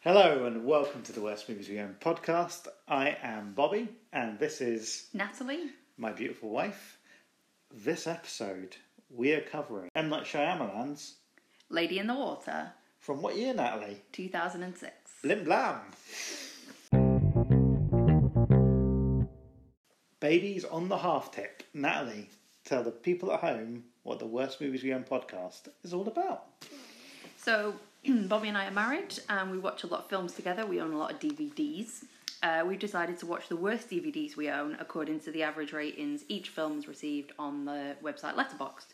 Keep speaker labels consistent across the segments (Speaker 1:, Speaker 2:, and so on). Speaker 1: Hello and welcome to the Worst Movies We Own podcast. I am Bobby and this is
Speaker 2: Natalie?
Speaker 1: my beautiful wife. This episode we are covering M. Night Shyamalan's
Speaker 2: Lady in the Water,
Speaker 1: from what year, Natalie?
Speaker 2: 2006.
Speaker 1: Blim Blam. Babies on the half tip. Natalie, tell the people at home what the Worst Movies We Own podcast is all about.
Speaker 2: So, Bobby and I are married and we watch a lot of films together. We own a lot of DVDs. Uh, we've decided to watch the worst DVDs we own according to the average ratings each film has received on the website Letterboxd.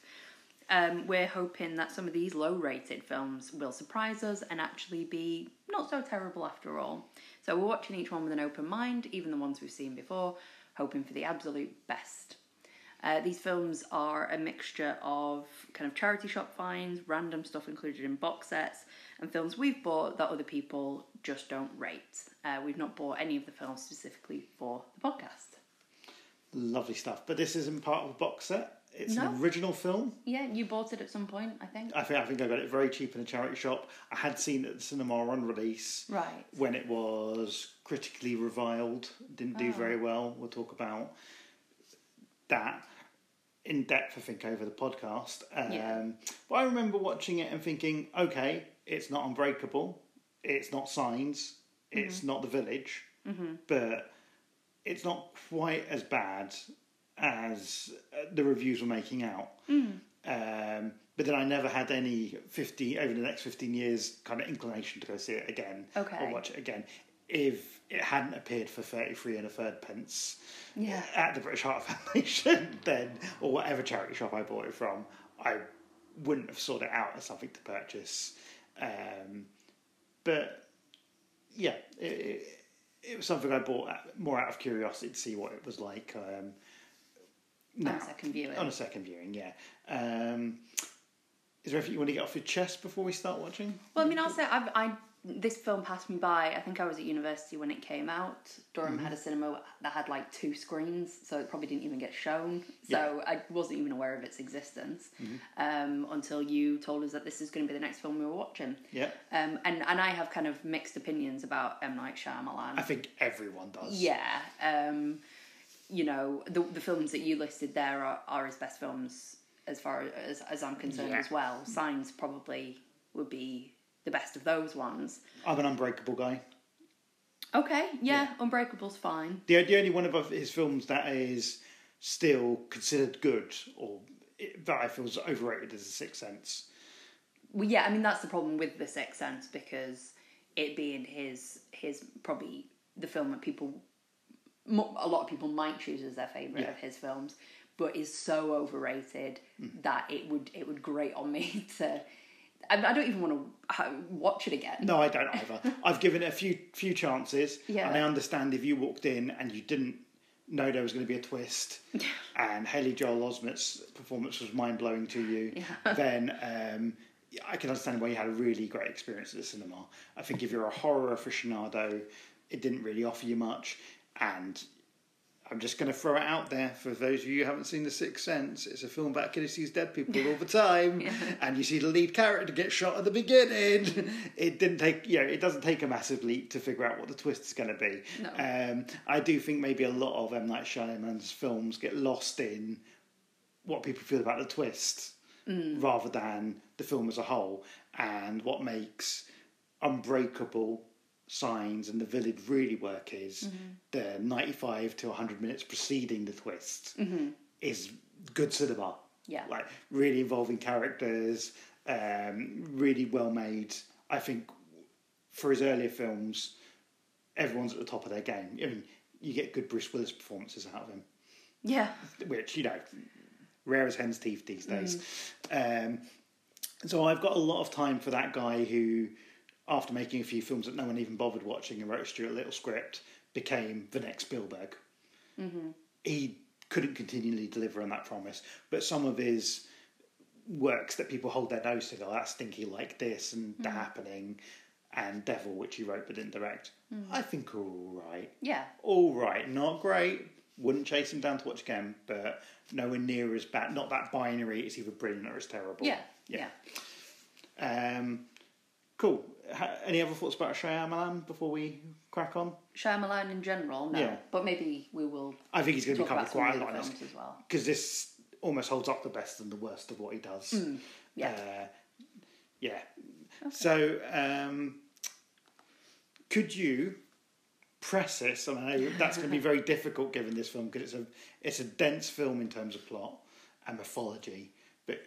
Speaker 2: Um, we're hoping that some of these low rated films will surprise us and actually be not so terrible after all. So, we're watching each one with an open mind, even the ones we've seen before, hoping for the absolute best. Uh, these films are a mixture of kind of charity shop finds, random stuff included in box sets, and films we've bought that other people just don't rate. Uh, we've not bought any of the films specifically for the podcast.
Speaker 1: Lovely stuff. But this isn't part of a box set. It's
Speaker 2: No.
Speaker 1: an original film.
Speaker 2: Yeah, you bought it at some point, I think.
Speaker 1: I think I think I got it very cheap in a charity shop. I had seen it at the cinema on release
Speaker 2: Right.
Speaker 1: when it was critically reviled. Didn't
Speaker 2: Oh.
Speaker 1: do very well. We'll talk about that in depth. I think over the podcast. Um,
Speaker 2: Yeah.
Speaker 1: But I remember watching it and thinking, okay, it's not Unbreakable. It's not Signs. It's
Speaker 2: Mm-hmm.
Speaker 1: not The Village. But it's not quite as bad as uh, the reviews were making out.
Speaker 2: Mm.
Speaker 1: Um, but then I never had any 50 over the next 15 years kind of inclination to go see it again or
Speaker 2: Okay.
Speaker 1: watch it again if it hadn't appeared for 33 and a third pence
Speaker 2: Yeah.
Speaker 1: at the British Heart Foundation then or whatever charity shop I bought it from I wouldn't have sought it out as something to purchase um, but yeah it, it, it was something I bought out- more out of curiosity to see what it was like um,
Speaker 2: On
Speaker 1: now.
Speaker 2: a second viewing.
Speaker 1: On a second viewing, yeah. Um, is there anything you want to get off your chest before we start watching?
Speaker 2: Well, I mean, I'll say I've, I this film passed me by. I think I was at university when it came out. Durham
Speaker 1: Mm-hmm.
Speaker 2: had a cinema that had like two screens, so it probably didn't even get shown. So I wasn't even aware of its existence
Speaker 1: Mm-hmm.
Speaker 2: um, until you told us that this is going to be the next film we were watching.
Speaker 1: Yeah.
Speaker 2: Um, and and I have kind of mixed opinions about M Night Shyamalan.
Speaker 1: I think everyone does.
Speaker 2: Yeah. Um, you know, the, the films that you listed there are, are his best films as far as, as I'm concerned
Speaker 1: Yeah.
Speaker 2: as well. Signs probably would be the best of those ones.
Speaker 1: I'm an unbreakable guy.
Speaker 2: Okay, yeah, Unbreakable's fine.
Speaker 1: The, the only one of his films that is still considered good or that I feel is overrated is The Sixth Sense.
Speaker 2: Well, yeah, I mean that's the problem with The Sixth Sense because it being his his probably the film that people mo- a lot of people might choose as their favorite of his films, but is so overrated
Speaker 1: Mm.
Speaker 2: that it would it would grate on me to. I, mean, I don't even want to watch it again.
Speaker 1: No, I don't either. I've given it a few few chances,
Speaker 2: Yeah.
Speaker 1: and I understand if you walked in and you didn't know there was going to be a twist, and Haley Joel Osment's performance was mind blowing to you, then um, I can understand why you had a really great experience at the cinema. I think if you're a horror aficionado, it didn't really offer you much, and I'm just going to throw it out there for those of you who haven't seen The Sixth Sense. It's a film about a kid who sees dead people all the time, and you see the lead character get shot at the beginning. It didn't take, you know, it doesn't take a massive leap to figure out what the twist is going to be.
Speaker 2: No.
Speaker 1: Um, I do think maybe a lot of M Night Shyamalan's films get lost in what people feel about the twist rather than the film as a whole and what makes unbreakable signs and the village really work is the 95 to 100 minutes preceding the twist is good cinema
Speaker 2: Yeah.
Speaker 1: like really involving characters um, really well made i think for his earlier films everyone's at the top of their game i mean you get good bruce willis performances out of him
Speaker 2: Yeah,
Speaker 1: which you know, rare as hen's teeth these days. Um, so I've got a lot of time for that guy who, after making a few films that no one even bothered watching and wrote a Stuart Little script, became the next Spielberg. He couldn't continually deliver on that promise, but some of his works that people hold their nose to go, that's stinky like this and the happening and Devil, which he wrote but didn't direct, I think are all right
Speaker 2: yeah,
Speaker 1: all right, not great. Wouldn't chase him down to watch again, but nowhere near as bad. Not that binary. It's either brilliant or it's terrible.
Speaker 2: yeah, yeah.
Speaker 1: Um, cool. ha- any other thoughts about Shyamalan before we crack on?
Speaker 2: Shyamalan in general, no.
Speaker 1: Yeah.
Speaker 2: But maybe we will
Speaker 1: I think he's going to be
Speaker 2: talk
Speaker 1: covered
Speaker 2: about some
Speaker 1: quite
Speaker 2: of
Speaker 1: a
Speaker 2: the
Speaker 1: lot
Speaker 2: other
Speaker 1: in this
Speaker 2: films as well.
Speaker 1: because this almost holds up the best and the worst of what he does.
Speaker 2: yeah.
Speaker 1: Uh, yeah. So, um, could you press this? And I know that's going to be very difficult given this film because it's a it's a dense film in terms of plot and mythology. But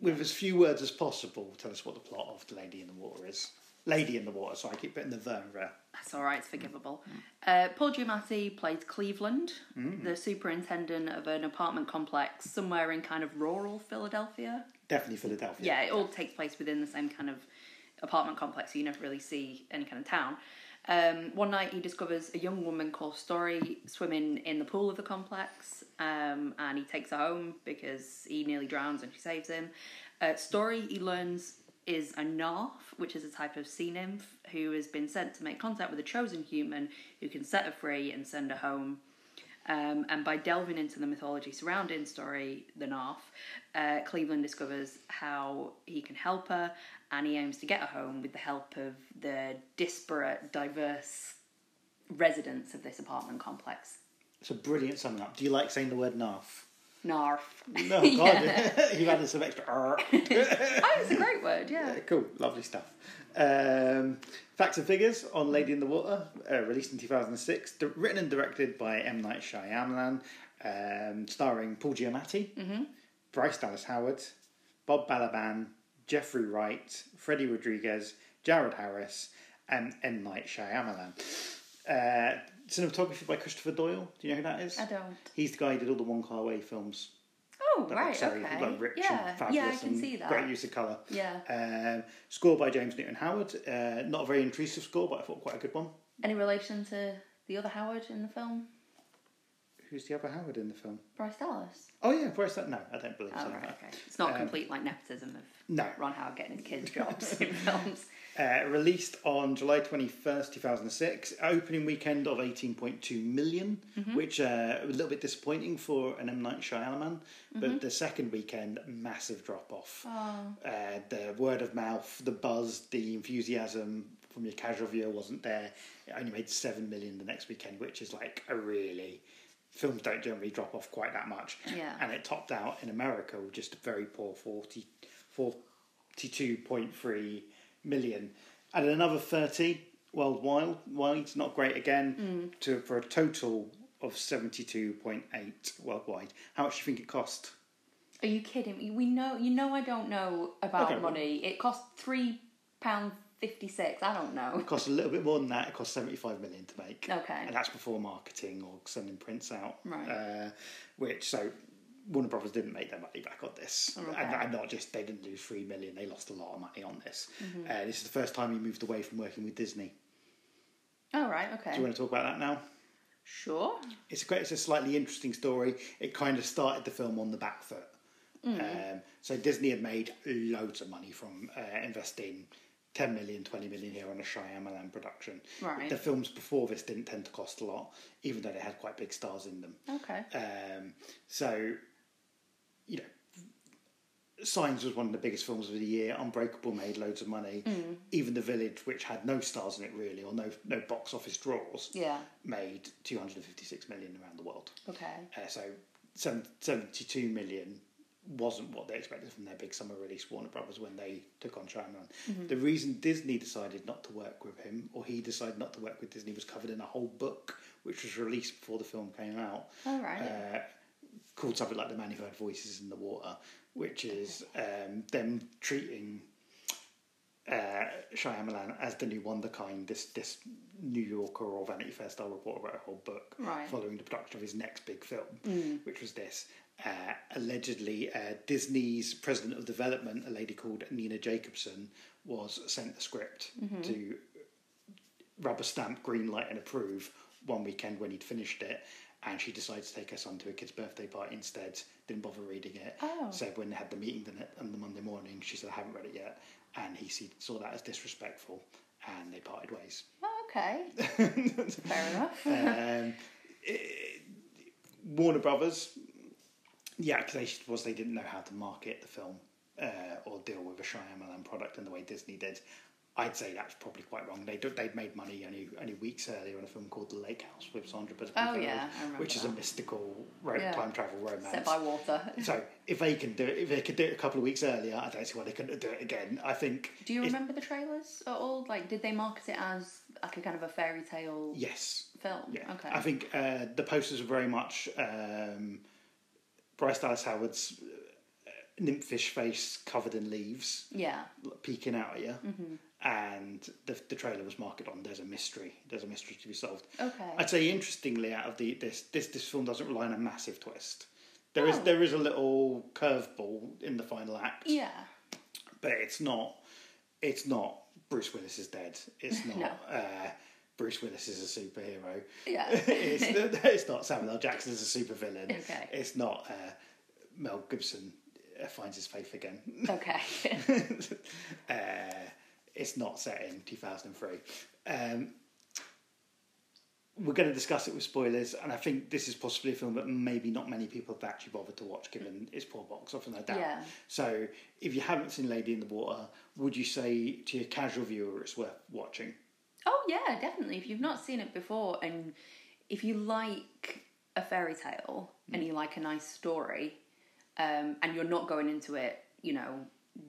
Speaker 1: with as few words as possible, tell us what the plot of The Lady in the Water is. Lady in the Water. So I keep putting the verb there.
Speaker 2: That's all right, it's forgivable. Uh, Paul Giamatti plays Cleveland, the superintendent of an apartment complex somewhere in kind of rural Philadelphia.
Speaker 1: Definitely Philadelphia.
Speaker 2: yeah, it all takes place within the same kind of apartment complex, so you never really see any kind of town. Um, one night, he discovers a young woman called Story swimming in the pool of the complex, um, and he takes her home because he nearly drowns and she saves him. Uh, Story, he learns, is a Narf, which is a type of sea nymph who has been sent to make contact with a chosen human who can set her free and send her home. Um, and by delving into the mythology surrounding Story the Narf, uh, Cleveland discovers how he can help her, and he aims to get her home with the help of the disparate, diverse residents of this apartment complex.
Speaker 1: It's a brilliant summing up. Do you like saying the word narf?
Speaker 2: Narf.
Speaker 1: No, God, you've added some extra. "r."
Speaker 2: oh, it's a great word, yeah.
Speaker 1: Yeah, cool, lovely stuff. Um, facts and figures on Lady in the Water, uh, released in 2006, di- written and directed by M. Night Shyamalan, um, starring Paul Giamatti,
Speaker 2: Mm-hmm.
Speaker 1: Bryce Dallas Howard, Bob Balaban, Jeffrey Wright, Freddie Rodriguez, Jared Harris, and M. Night Shyamalan. Uh, cinematography by Christopher Doyle. Do you know who that is?
Speaker 2: I don't.
Speaker 1: He's the guy who did all the Wong Kar Wai films.
Speaker 2: Oh,
Speaker 1: that
Speaker 2: right,
Speaker 1: looks very,
Speaker 2: okay.
Speaker 1: like, rich
Speaker 2: yeah,
Speaker 1: and fabulous
Speaker 2: yeah, I can
Speaker 1: and
Speaker 2: see that.
Speaker 1: Great use of colour.
Speaker 2: Yeah.
Speaker 1: Um, score by James Newton Howard. Uh, not a very intrusive score, but I thought quite a good one.
Speaker 2: Any relation to the other Howard in the film?
Speaker 1: Who's the other Howard in the film?
Speaker 2: Bryce Dallas?
Speaker 1: Oh yeah, where's that? No, I don't believe
Speaker 2: Oh,
Speaker 1: so.
Speaker 2: right, okay. It's
Speaker 1: Um,
Speaker 2: not complete like nepotism of
Speaker 1: No.
Speaker 2: Ron Howard getting his kids jobs in films.
Speaker 1: Uh, released on July 21st, 2006, opening weekend of 18.2 million, which uh, was a little bit disappointing for an M. Night Shyamalan, but the second weekend, massive drop off. Uh, the word of mouth, the buzz, the enthusiasm from your casual viewer wasn't there. It only made 7 million the next weekend, which is like a really. Films don't generally drop off quite that much.
Speaker 2: Yeah.
Speaker 1: And it topped out in America with just a very poor 40, 42.3 million. And another 30 worldwide. It's not great again to for a total of 72.8 worldwide. How much do you think it cost?
Speaker 2: Are you kidding me? We know you know I don't know about
Speaker 1: Okay, well-
Speaker 2: money. It cost three pound fifty six. I don't know.
Speaker 1: It cost a little bit more than that. It cost 75 million to make.
Speaker 2: Okay.
Speaker 1: And that's before marketing or sending prints out.
Speaker 2: Right.
Speaker 1: Uh, which, so Warner Brothers didn't make their money back on this.
Speaker 2: Oh, Okay.
Speaker 1: And, and not just, they didn't lose 3 million, they lost a lot of money on this.
Speaker 2: Mm-hmm.
Speaker 1: Uh, this is the first time he moved away from working with Disney.
Speaker 2: All right. Okay.
Speaker 1: Do you want to talk about that now?
Speaker 2: Sure.
Speaker 1: it's quite it's a slightly interesting story. It kind of started the film on the back foot. Um, so Disney had made loads of money from uh, investing 10 million, 20 million here on a Shyamalan production.
Speaker 2: Right.
Speaker 1: The films before this didn't tend to cost a lot, even though they had quite big stars in them.
Speaker 2: Okay.
Speaker 1: Um, so, you know, Signs was one of the biggest films of the year. Unbreakable made loads of money. Even The Village, which had no stars in it really, or no no box office draws,
Speaker 2: Yeah.
Speaker 1: made 256 million around the world.
Speaker 2: Okay.
Speaker 1: Uh, so seven- 72 million wasn't what they expected from their big summer release, Warner Brothers, when they took on Shyamalan. The reason Disney decided not to work with him, or he decided not to work with Disney, was covered in a whole book which was released before the film came out,
Speaker 2: All right.
Speaker 1: uh, called something like The Man Who Heard Voices in the Water, which is um, them treating uh, Shyamalan as the new Wonderkind, this this New Yorker or Vanity Fair style reporter wrote a whole book
Speaker 2: Right.
Speaker 1: following the production of his next big film, which was this. Uh, allegedly, uh, Disney's president of development, a lady called Nina Jacobson, was sent a script to rubber stamp, green light, and approve one weekend when he'd finished it. And she decided to take her son to a kid's birthday party instead. Didn't bother reading it.
Speaker 2: Oh.
Speaker 1: So when they had the meeting the ne- on the Monday morning, she said, "I haven't read it yet," and he see, saw that as disrespectful, and they parted ways.
Speaker 2: Oh, okay. Fair enough.
Speaker 1: um, it- Warner Brothers. The accusation was they didn't know how to market the film uh, or deal with a Shyamalan product in the way Disney did. I'd say that's probably quite wrong. They do- they'd made money only only weeks earlier on a film called The Lake House with Sandra Bullock,
Speaker 2: Oh, yeah, I remember
Speaker 1: which is a
Speaker 2: that.
Speaker 1: mystical ro-
Speaker 2: Yeah.
Speaker 1: time travel romance.
Speaker 2: Set by water.
Speaker 1: so if they can do it, if they could do it a couple of weeks earlier, I don't see why they couldn't do it again. I think.
Speaker 2: Do you
Speaker 1: if-
Speaker 2: remember the trailers at all? Like, did they market it as like a kind of a fairy tale
Speaker 1: Yes,
Speaker 2: film?
Speaker 1: Yeah.
Speaker 2: Okay.
Speaker 1: I think uh, the posters are very much um, Bryce Dallas Howard's uh, nymphfish face covered in leaves
Speaker 2: yeah.
Speaker 1: peeking out at you.
Speaker 2: Mm-hmm.
Speaker 1: And the, the trailer was marketed on there's a mystery, there's a mystery to be solved.
Speaker 2: Okay.
Speaker 1: I'd say interestingly, out of the this this this film doesn't rely on a massive twist. There is
Speaker 2: Oh.
Speaker 1: there is a little curveball in the final act,
Speaker 2: yeah.
Speaker 1: but it's not it's not Bruce Willis is dead. It's not uh, Bruce Willis is a superhero
Speaker 2: Yeah.
Speaker 1: it's, it's not Samuel L. Jackson as a supervillain.
Speaker 2: Okay.
Speaker 1: It's not uh, Mel Gibson uh, finds his faith again.
Speaker 2: okay.
Speaker 1: uh, it's not set in 2003. Um, we're going to discuss it with spoilers, and I think this is possibly a film that maybe not many people have actually bothered to watch, given its poor box office, no doubt.
Speaker 2: Mm. Yeah.
Speaker 1: So, if you haven't seen Lady in the Water, would you say to your casual viewer it's worth watching?
Speaker 2: oh yeah, definitely. If you've not seen it before, and if you like a fairy tale and you like a nice story, um, and you're not going into it, you know,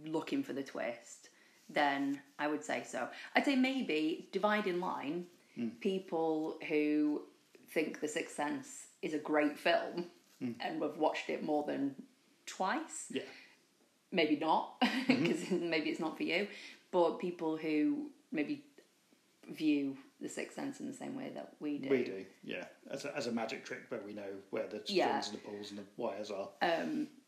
Speaker 2: looking for the twist, then I would say so. I'd say maybe divide in line people who think The Sixth Sense is a great film and have watched it more than twice.
Speaker 1: Yeah.
Speaker 2: maybe not
Speaker 1: Mm-hmm.
Speaker 2: because maybe it's not for you but people who maybe view the sixth sense in the same way that we do
Speaker 1: We do, yeah. As a, as a magic trick where we know where the
Speaker 2: Yeah.
Speaker 1: strings and the pulls and the wires are.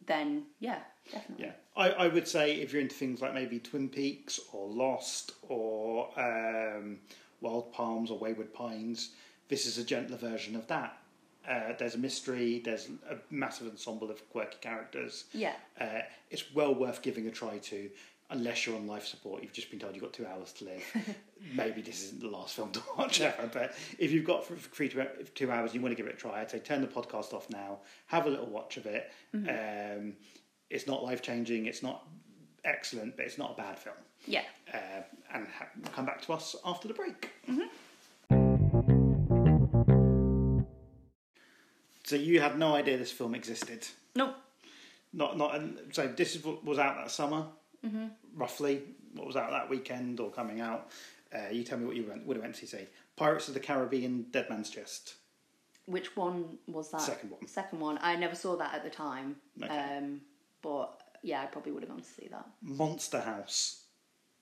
Speaker 2: then yeah definitely
Speaker 1: yeah. I, I would say if you're into things like maybe Twin Peaks or Lost or um, Wild Palms or Wayward Pines, this is a gentler version of that. Uh, there's a mystery, there's a massive ensemble of quirky characters.
Speaker 2: Yeah.
Speaker 1: Uh, it's well worth giving a try to, unless you're on life support. You've just been told you've got two hours to live. Maybe this isn't the last film to watch ever, but if you've got for free to two hours and you want to give it a try, I'd say turn the podcast off now, have a little watch of it. Um, it's not life changing, it's not excellent, but it's not a bad film.
Speaker 2: yeah
Speaker 1: Uh, and ha- come back to us after the break. So you had no idea this film existed
Speaker 2: nope
Speaker 1: not not and so this is what was out that summer
Speaker 2: Mm-hmm.
Speaker 1: roughly what was out that weekend or coming out uh, you tell me what you went would have went to see pirates of the caribbean dead man's chest
Speaker 2: which one was that
Speaker 1: Second one.
Speaker 2: second one i never saw that at the time
Speaker 1: Okay.
Speaker 2: um but yeah i probably would have gone to see that
Speaker 1: monster house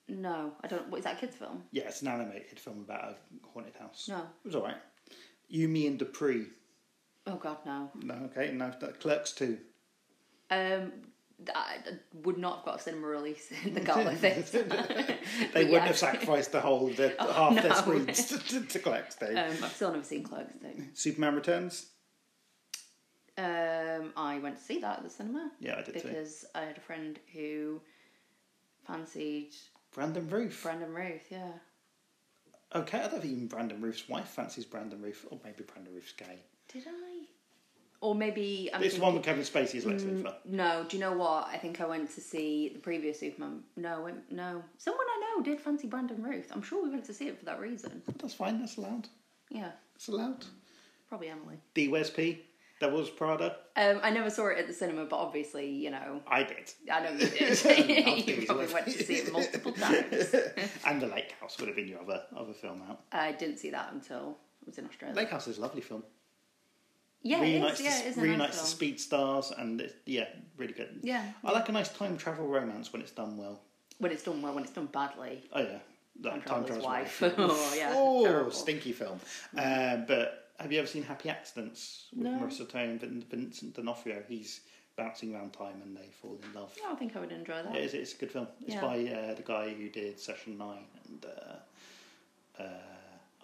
Speaker 2: no i don't what is that a kids film
Speaker 1: yeah it's an animated film about a haunted house
Speaker 2: No.
Speaker 1: it was all right you me and dupree
Speaker 2: oh god no
Speaker 1: no okay no that- clerks too
Speaker 2: um th- I I would not have got a cinema release in the gala Um, this time.
Speaker 1: they
Speaker 2: Yeah. Oh,
Speaker 1: wouldn't have sacrificed the whole the, half their
Speaker 2: no.
Speaker 1: screens to, to, to clerks too
Speaker 2: Um, I've still never seen Clerks though.
Speaker 1: superman returns
Speaker 2: Um, I went to see that at the cinema.
Speaker 1: Yeah, I did too.
Speaker 2: Because I had a friend who fancied
Speaker 1: brandon roof
Speaker 2: Brandon Ruth. Yeah.
Speaker 1: okay i don't think even brandon roof's wife fancies brandon roof or maybe brandon roof's gay
Speaker 2: Did I? Or maybe I'm
Speaker 1: It's the one with
Speaker 2: thinking-
Speaker 1: Kevin Spacey as Lex
Speaker 2: Mm.
Speaker 1: Luthor.
Speaker 2: No, do you know what? I think I went to see the previous Superman. No, I went, no. Someone I know did fancy Brandon Ruth. I'm sure we went to see it for that reason.
Speaker 1: That's fine. That's allowed.
Speaker 2: Yeah,
Speaker 1: That's allowed.
Speaker 2: probably Emily.
Speaker 1: D. Where's P? There was Prada.
Speaker 2: Um, I never saw it at the cinema, but obviously, you know,
Speaker 1: I did.
Speaker 2: I know you
Speaker 1: Loved
Speaker 2: did. you
Speaker 1: these
Speaker 2: probably
Speaker 1: ones.
Speaker 2: went to see it multiple times.
Speaker 1: and The Lake House would have been your other other film out.
Speaker 2: I didn't see that until I was in Australia.
Speaker 1: Lake House is a lovely film.
Speaker 2: Yeah, it
Speaker 1: reunites
Speaker 2: is. Yeah,
Speaker 1: the,
Speaker 2: it is a
Speaker 1: reunites
Speaker 2: nice
Speaker 1: the
Speaker 2: film.
Speaker 1: speed stars and it's, yeah, really good.
Speaker 2: Yeah.
Speaker 1: I like a nice time travel romance when it's done well.
Speaker 2: when it's done well, when it's done badly.
Speaker 1: Oh yeah, like
Speaker 2: Time Traveler's Wife.
Speaker 1: Wife.
Speaker 2: oh yeah,
Speaker 1: oh,
Speaker 2: terrible.
Speaker 1: stinky film. Uh, but have you ever seen Happy Accidents with
Speaker 2: No.
Speaker 1: Marissa Tomei and Vin- Vincent D'Onofrio? He's bouncing around time and they fall in love.
Speaker 2: I don't think I would enjoy that.
Speaker 1: It is, it's a good film. It's
Speaker 2: Yeah.
Speaker 1: by uh, the guy who did Session Nine and uh, uh,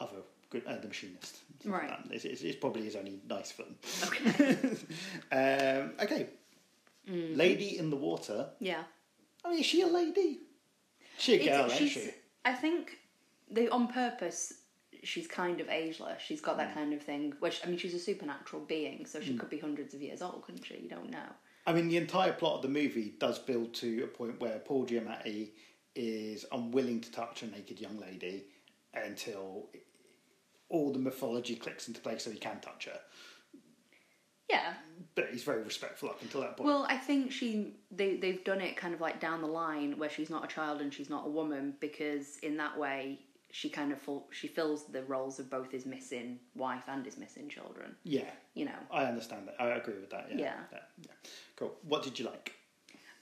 Speaker 1: other good, uh, The Machinist. and stuff like
Speaker 2: Right.
Speaker 1: that. It's, it's, it's probably his only nice film.
Speaker 2: Okay.
Speaker 1: Um, okay.
Speaker 2: Mm-hmm.
Speaker 1: Lady in the Water.
Speaker 2: yeah.
Speaker 1: I mean, is she a lady? She a girl,
Speaker 2: It's-
Speaker 1: ain't she?
Speaker 2: I think they on purpose. She's kind of ageless. She's got
Speaker 1: Mm.
Speaker 2: that kind of thing. Which I mean, she's a supernatural being, so she could be hundreds of years old, couldn't she? You don't know.
Speaker 1: I mean, the entire plot of the movie does build to a point where Paul Giamatti is unwilling to touch a naked young lady until all the mythology clicks into place so he can touch her.
Speaker 2: Yeah.
Speaker 1: But he's very respectful up until that point.
Speaker 2: Well, I think she they they've done it kind of like down the line where she's not a child and she's not a woman because in that way she kind of full, she fills the roles of both his missing wife and his missing children.
Speaker 1: yeah,
Speaker 2: You know.
Speaker 1: I understand that. I agree with that. Yeah.
Speaker 2: Yeah.
Speaker 1: yeah. Cool. What did you like?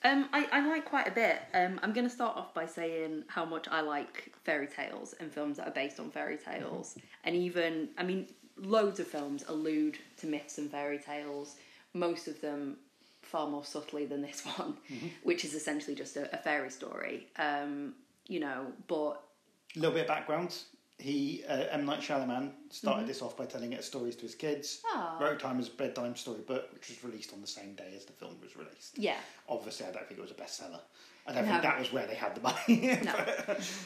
Speaker 2: Um, I, I like quite a bit. Um, I'm going to start off by saying how much I like fairy tales and films that are based on fairy tales. And even, I mean, loads of films allude to myths and fairy tales, most of them far more subtly than this one, which is essentially just a, a fairy story. Um, you know, but
Speaker 1: A little bit of background. He, uh, M. Night Shyamalan, started this off by telling it stories to his kids.
Speaker 2: Mm-hmm. Aw.
Speaker 1: Wrote Time as a Bedtime Storybook, which was released on the same day as the film was released.
Speaker 2: yeah.
Speaker 1: Obviously, I don't think it was a bestseller. I don't
Speaker 2: No.
Speaker 1: think that was where they had the money.
Speaker 2: No.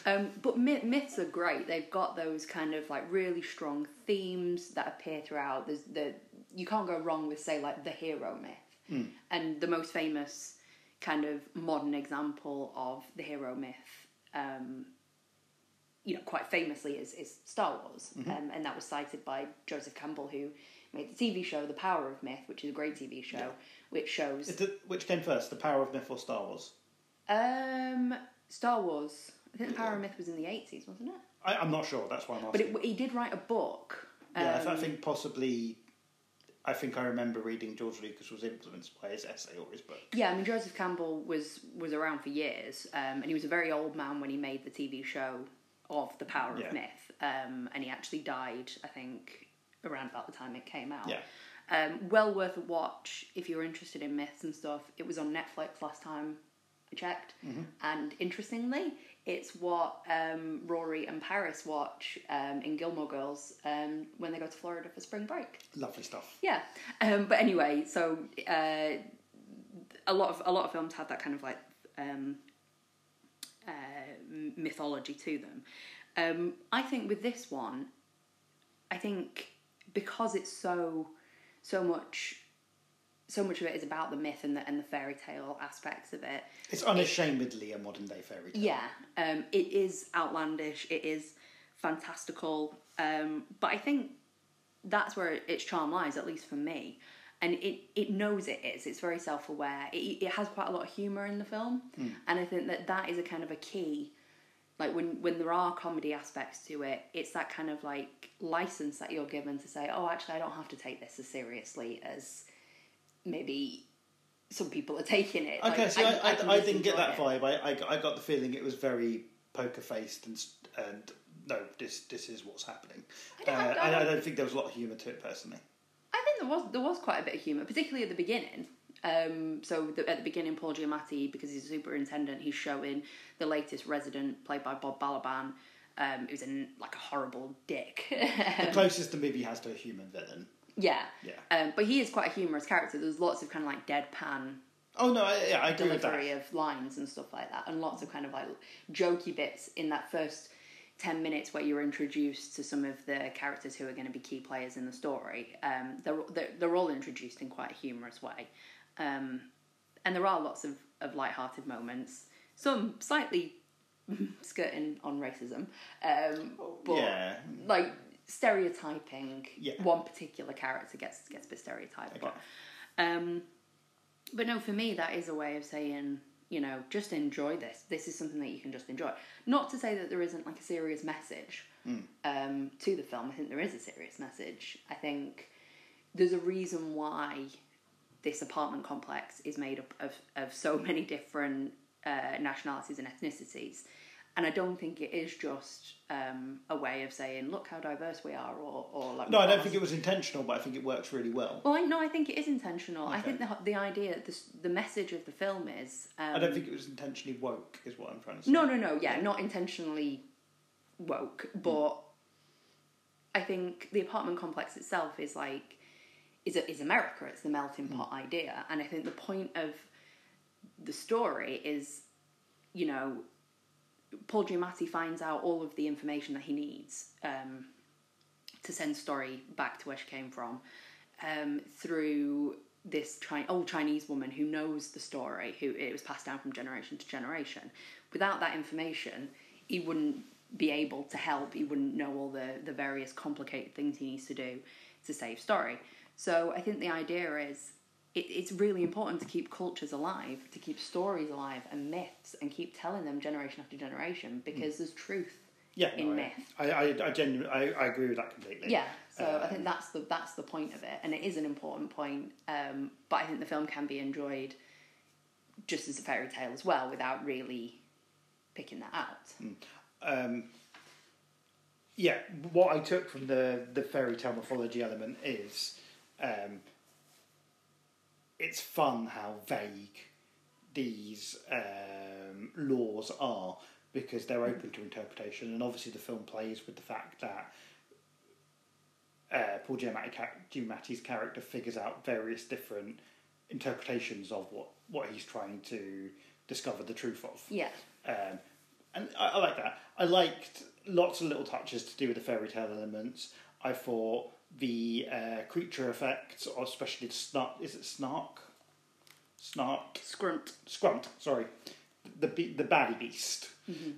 Speaker 2: um, but myth, myths are great. They've got those kind of like really strong themes that appear throughout. There's the you can't go wrong with say like the hero myth, and the most famous kind of modern example of the hero myth. Um, you know, quite famously is, is Star Wars, um, and that was cited by Joseph Campbell, who made the TV show The Power of Myth, which is a great TV show, which shows
Speaker 1: Is it- which came first, The Power of Myth or Star Wars?
Speaker 2: um, Star Wars. I think The Power of Myth was in the eighties, wasn't it?
Speaker 1: I, I'm not sure. That's why I'm asking.
Speaker 2: But it, he did write a book.
Speaker 1: Yeah, I
Speaker 2: um,
Speaker 1: th- I think possibly. I think I remember reading George Lucas was influenced by his essay or his book.
Speaker 2: yeah. I mean, Joseph Campbell was was around for years, um, and he was a very old man when he made the TV show of The Power
Speaker 1: Yeah.
Speaker 2: of Myth, um, and he actually died, I think, around about the time it came out.
Speaker 1: Yeah.
Speaker 2: Um, well worth a watch if you're interested in myths and stuff. It was on Netflix last time I checked,
Speaker 1: Mm-hmm.
Speaker 2: and interestingly, it's what um, Rory and Paris watch um, in Gilmore Girls um, when they go to Florida for spring break.
Speaker 1: Lovely stuff.
Speaker 2: Yeah, um, but anyway, so uh, a lot of a lot of films have that kind of like um, uh, m- mythology to them. Um, I think with this one, I think because it's so so much so much of it is about the myth and the and the fairy tale aspects of it.
Speaker 1: It's unashamedly a modern day fairy tale.
Speaker 2: Yeah, um, it is outlandish. It is fantastical. Um, but I think that's where its charm lies, at least for me. And it, it knows it is. It's very self aware. It, it has quite a lot of humour in the film,
Speaker 1: Hmm.
Speaker 2: and I think that that is a kind of a key. Like when when there are comedy aspects to it, it's that kind of like license that you're given to say, oh, actually, I don't have to take this as seriously as maybe some people are taking it.
Speaker 1: Okay,
Speaker 2: Like,
Speaker 1: see, I, I,
Speaker 2: can
Speaker 1: I,
Speaker 2: just
Speaker 1: didn't get
Speaker 2: enjoy
Speaker 1: that
Speaker 2: it.
Speaker 1: vibe. I, I, got- I got the feeling it was very poker faced and s- and no, this this is what's happening.
Speaker 2: don't- I
Speaker 1: uh,
Speaker 2: don't-
Speaker 1: I, I don't think there was a lot of humour to it personally.
Speaker 2: I think there was there was quite a bit of humour, particularly at the beginning. Um, so the, at the beginning, Paul Giamatti, because he's a superintendent, he's showing the latest resident, played by Bob Balaban, um, who's in like a horrible dick. Um,
Speaker 1: the closest the movie has to a human villain.
Speaker 2: yeah.
Speaker 1: Yeah.
Speaker 2: Um, but he is quite a humorous character. There's lots of kind of like deadpan
Speaker 1: Oh no, I, yeah, I agree with that.
Speaker 2: delivery of lines and stuff like that, and lots of kind of like jokey bits in that first ten minutes where you're introduced to some of the characters who are going to be key players in the story. Um, they're, they're they're all introduced in quite a humorous way, um, and there are lots of of light-hearted moments, some slightly skirting on racism, um, but
Speaker 1: Oh, Yeah,
Speaker 2: like stereotyping
Speaker 1: Yeah.
Speaker 2: one particular character gets gets a bit stereotyped but um but no for me that is a way of saying you know just enjoy this this is something that you can just enjoy not to say that there isn't like a serious message um to the film i think there is a serious message i think there's a reason why this apartment complex is made up of, of so many different uh, nationalities and ethnicities. And I don't think it is just um, a way of saying, look how diverse we are, or, or like.
Speaker 1: no, I don't think it was intentional, but I think it works really well.
Speaker 2: Well, I, no, I think it is intentional. I
Speaker 1: Okay.
Speaker 2: think the, the idea, the, s- the message of the film is. Um,
Speaker 1: I don't think it was intentionally woke, is what I'm trying to say.
Speaker 2: No, no, no. Yeah, not intentionally woke, but I think the apartment complex itself is like is is America. It's the melting pot idea, and I think the point of the story is, you know, Paul Giamatti finds out all of the information that he needs um, to send story back to where she came from um, through this chi- old Chinese woman who knows the story, who it was passed down from generation to generation, Without that information, he wouldn't be able to help. He wouldn't know all the, the various complicated things he needs to do to save story. So I think the idea is it, it's really important to keep cultures alive, to keep stories alive and myths, and keep telling them generation after generation because there's truth
Speaker 1: Yeah,
Speaker 2: in
Speaker 1: no, I,
Speaker 2: myth.
Speaker 1: I, I, I genuinely, I, I agree with that completely.
Speaker 2: Yeah, so I think that's the that's the point of it, and it is an important point. Um, but I think the film can be enjoyed just as a fairy tale as well, without really picking that out.
Speaker 1: yeah, what I took from the the fairy tale mythology element is, um, it's fun how vague these um, laws are because they're open to interpretation, and obviously the film plays with the fact that. Uh, Paul Giamatti, ca- Giamatti's character figures out various different interpretations of what, what he's trying to discover the truth of.
Speaker 2: Yeah,
Speaker 1: Um, and I, I like that. I liked lots of little touches to do with the fairy tale elements. I thought the uh, creature effects, or especially the snark, is it snark? Snark,
Speaker 2: scrunt.
Speaker 1: scrunt, sorry. The, be- the baddie beast.
Speaker 2: Mm-hmm.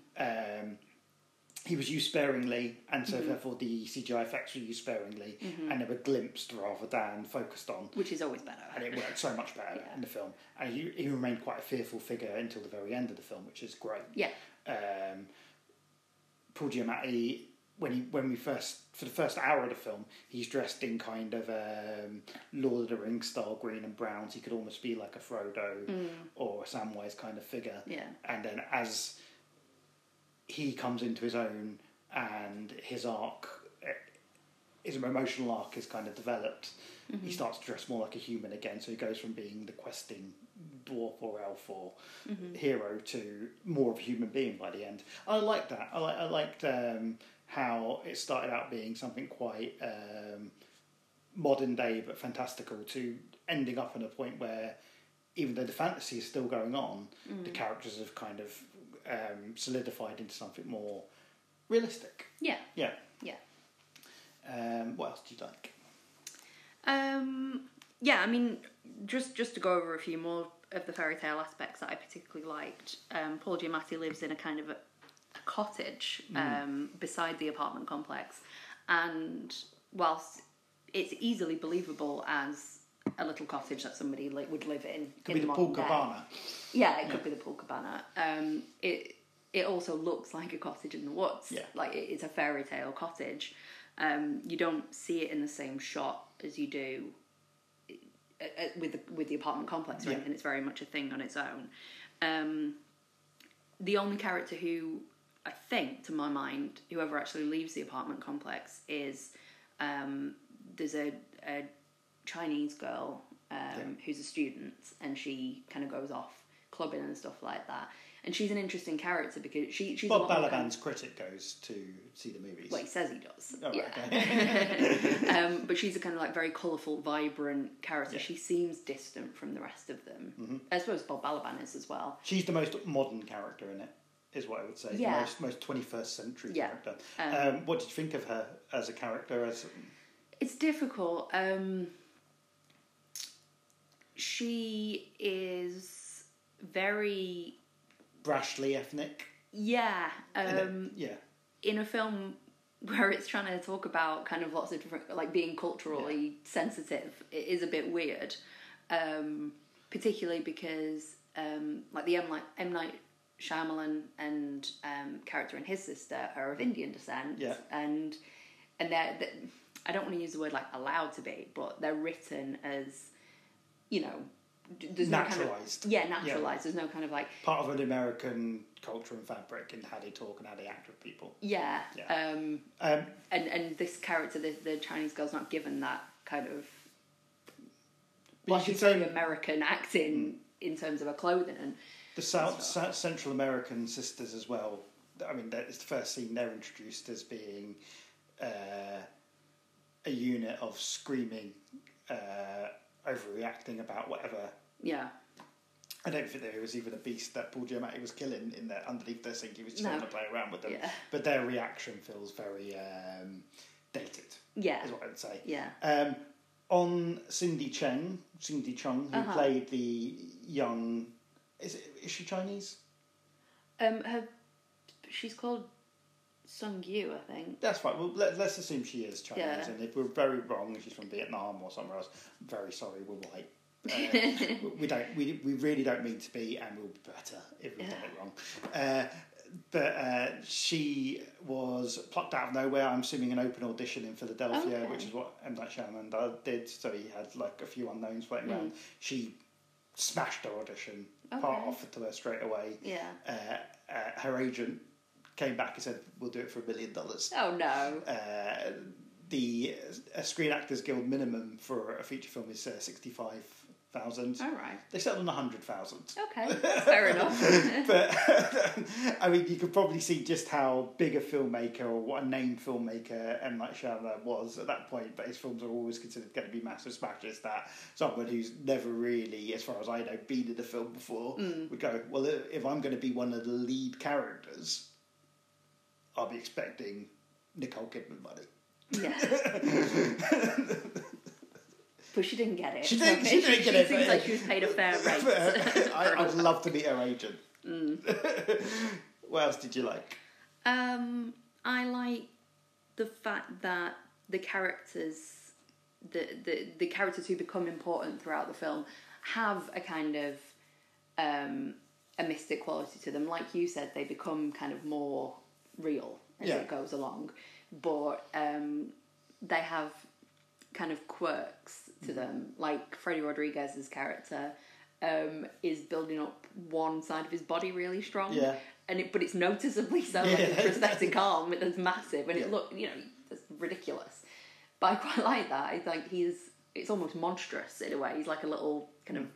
Speaker 1: Um, he was used sparingly, and so
Speaker 2: Mm-hmm.
Speaker 1: therefore the CGI effects were used sparingly, and they were glimpsed rather than focused on
Speaker 2: which is always better.
Speaker 1: and it worked so much better
Speaker 2: Mm-hmm. Yeah.
Speaker 1: in the film. And he, he remained quite a fearful figure until the very end of the film, which is great.
Speaker 2: Yeah,
Speaker 1: Um, Paul Giamatti, when he when we first for the first hour of the film, he's dressed in kind of um, Lord of the Rings style green and browns. He could almost be like a Frodo or a Samwise kind of figure.
Speaker 2: Yeah.
Speaker 1: And then as he comes into his own and his arc, eh, his emotional arc is kind of developed. He starts to dress more like a human again, so he goes from being the questing dwarf or elf or hero to more of a human being by the end. I like that. I, like, I liked um, how it started out being something quite um, modern day but fantastical to ending up at a point where even though the fantasy is still going on, the characters have kind of um, solidified into something more realistic.
Speaker 2: yeah,
Speaker 1: Yeah.
Speaker 2: yeah.
Speaker 1: Um, what else do you like?
Speaker 2: Um, yeah, I mean, just just to go over a few more of the fairy tale aspects that I particularly liked. Um, Paul Giamatti lives in a kind of a, a cottage
Speaker 1: Hmm.
Speaker 2: um, beside the apartment complex, and whilst it's easily believable as a little cottage that somebody like would live in,
Speaker 1: Could
Speaker 2: in
Speaker 1: be the
Speaker 2: modern
Speaker 1: Paul
Speaker 2: day.
Speaker 1: Cabana.
Speaker 2: Yeah, it could be the pool cabana. Um, it it also looks like a cottage in the woods.
Speaker 1: Yeah.
Speaker 2: Like it- it's a fairy tale cottage. Um, you don't see it in the same shot as you do uh, uh, with the, with the apartment complex or
Speaker 1: Yeah.
Speaker 2: anything. It's very much a thing on its own. Um, the only character who I think, to my mind, whoever actually leaves the apartment complex is um, there's a, a Chinese girl um, who's a student, and she kind of goes off clubbing and stuff like that. And she's an interesting character because she she's a
Speaker 1: Bob
Speaker 2: lot more kind
Speaker 1: Balaban's critic goes to see the movies.
Speaker 2: well, he says he does.
Speaker 1: Oh,
Speaker 2: yeah.
Speaker 1: right, okay.
Speaker 2: um, but she's a kind of like very colourful, vibrant character.
Speaker 1: Yeah. Mm-hmm.
Speaker 2: She seems distant from the rest of them. I suppose Bob Balaban is as well.
Speaker 1: She's the most modern character in it, is what I would say.
Speaker 2: Yeah.
Speaker 1: The most, most 21st century
Speaker 2: Yeah.
Speaker 1: character. Um, what did you think of her as a character? As
Speaker 2: It's difficult. Um, she is very
Speaker 1: brashly ethnic?
Speaker 2: yeah.
Speaker 1: in it?
Speaker 2: Um,
Speaker 1: yeah.
Speaker 2: in a film where it's trying to talk about kind of lots of different like being culturally sensitive it is a bit weird um particularly because um like the M Night, M. Night Shyamalan and um character and his sister are of Indian descent
Speaker 1: Yeah.
Speaker 2: and and they're, they I don't want to use the word like allowed to be but they're written as you know d- there's
Speaker 1: Naturalised.
Speaker 2: no kind of, yeah naturalized there's no kind of like
Speaker 1: Part of an American culture and fabric and how they talk and how they act with people.
Speaker 2: yeah,
Speaker 1: Yeah.
Speaker 2: um
Speaker 1: Um,
Speaker 2: and and this character, the, the Chinese girl's not given that kind of
Speaker 1: but
Speaker 2: well,
Speaker 1: you could
Speaker 2: she's very
Speaker 1: say
Speaker 2: American acting in terms of her clothing, and
Speaker 1: the South, South Central American sisters as well. I mean, that is the first scene they're introduced as being uh, a unit of screaming, uh, overreacting about whatever.
Speaker 2: yeah,
Speaker 1: I don't think there was even a beast that Paul Giamatti was killing in there underneath their sink. He was just
Speaker 2: No.
Speaker 1: trying to play around with them,
Speaker 2: Yeah.
Speaker 1: but their reaction feels very um, dated.
Speaker 2: yeah,
Speaker 1: Is what I would say.
Speaker 2: yeah,
Speaker 1: Um, on Cindy Cheng, Cindy Chung, who
Speaker 2: Uh-huh.
Speaker 1: played the young, is, it, is she Chinese?
Speaker 2: Um, her, she's called Sung Yu, I think.
Speaker 1: That's fine. Well, let, let's assume she is Chinese,
Speaker 2: Yeah.
Speaker 1: and if we're very wrong, she's from Vietnam or somewhere else. Very sorry, we're white. Uh, we- we don't. We, we really don't mean to be, and we'll be better if we've done it wrong. Uh, but uh, she was plucked out of nowhere. I'm assuming an open audition in Philadelphia,
Speaker 2: Okay.
Speaker 1: which is what M Night Shyamalan do- did. So he had like a few unknowns floating around. She smashed her audition. Part
Speaker 2: Hmm. Okay.
Speaker 1: offered to her straight away.
Speaker 2: Yeah.
Speaker 1: Uh, uh, her agent came back and said, "We'll do it for a million dollars."
Speaker 2: Oh no.
Speaker 1: uh, the uh, Screen Actors Guild minimum for a feature film is uh, sixty five thousand.
Speaker 2: All right.
Speaker 1: They settled on a hundred thousand.
Speaker 2: Okay. Fair enough.
Speaker 1: But I mean, you could probably see just how big a filmmaker or what a named filmmaker M Night Shyamalan was at that point. But his films are always considered going to be massive smashes. That someone who's never really, as far as I know, been in a film before would go, "Well, if I'm going to be one of the lead characters, I'll be expecting Nicole Kidman money."
Speaker 2: Yeah. but she didn't get it.
Speaker 1: She didn't- she didn't get it,
Speaker 2: Seems
Speaker 1: but-
Speaker 2: like she was paid a fair rate.
Speaker 1: I, I'd love to meet her agent. what else did you like?
Speaker 2: Um, I like the fact that the characters, the, the the characters who become important throughout the film, have a kind of um, a mystic quality to them. Like you said, they become kind of more real as
Speaker 1: Yeah.
Speaker 2: it goes along, but um, they have kind of quirks to
Speaker 1: Mm-hmm.
Speaker 2: them. Like Freddie Rodriguez's character um, is building up one side of his body really strong,
Speaker 1: Yeah.
Speaker 2: and it, but it's noticeably so. Like
Speaker 1: Yeah.
Speaker 2: a prosthetic arm that's massive, and it
Speaker 1: Yeah.
Speaker 2: look you know that's ridiculous. But I quite like that. It's like he's it's almost monstrous in a way. He's like a little kind of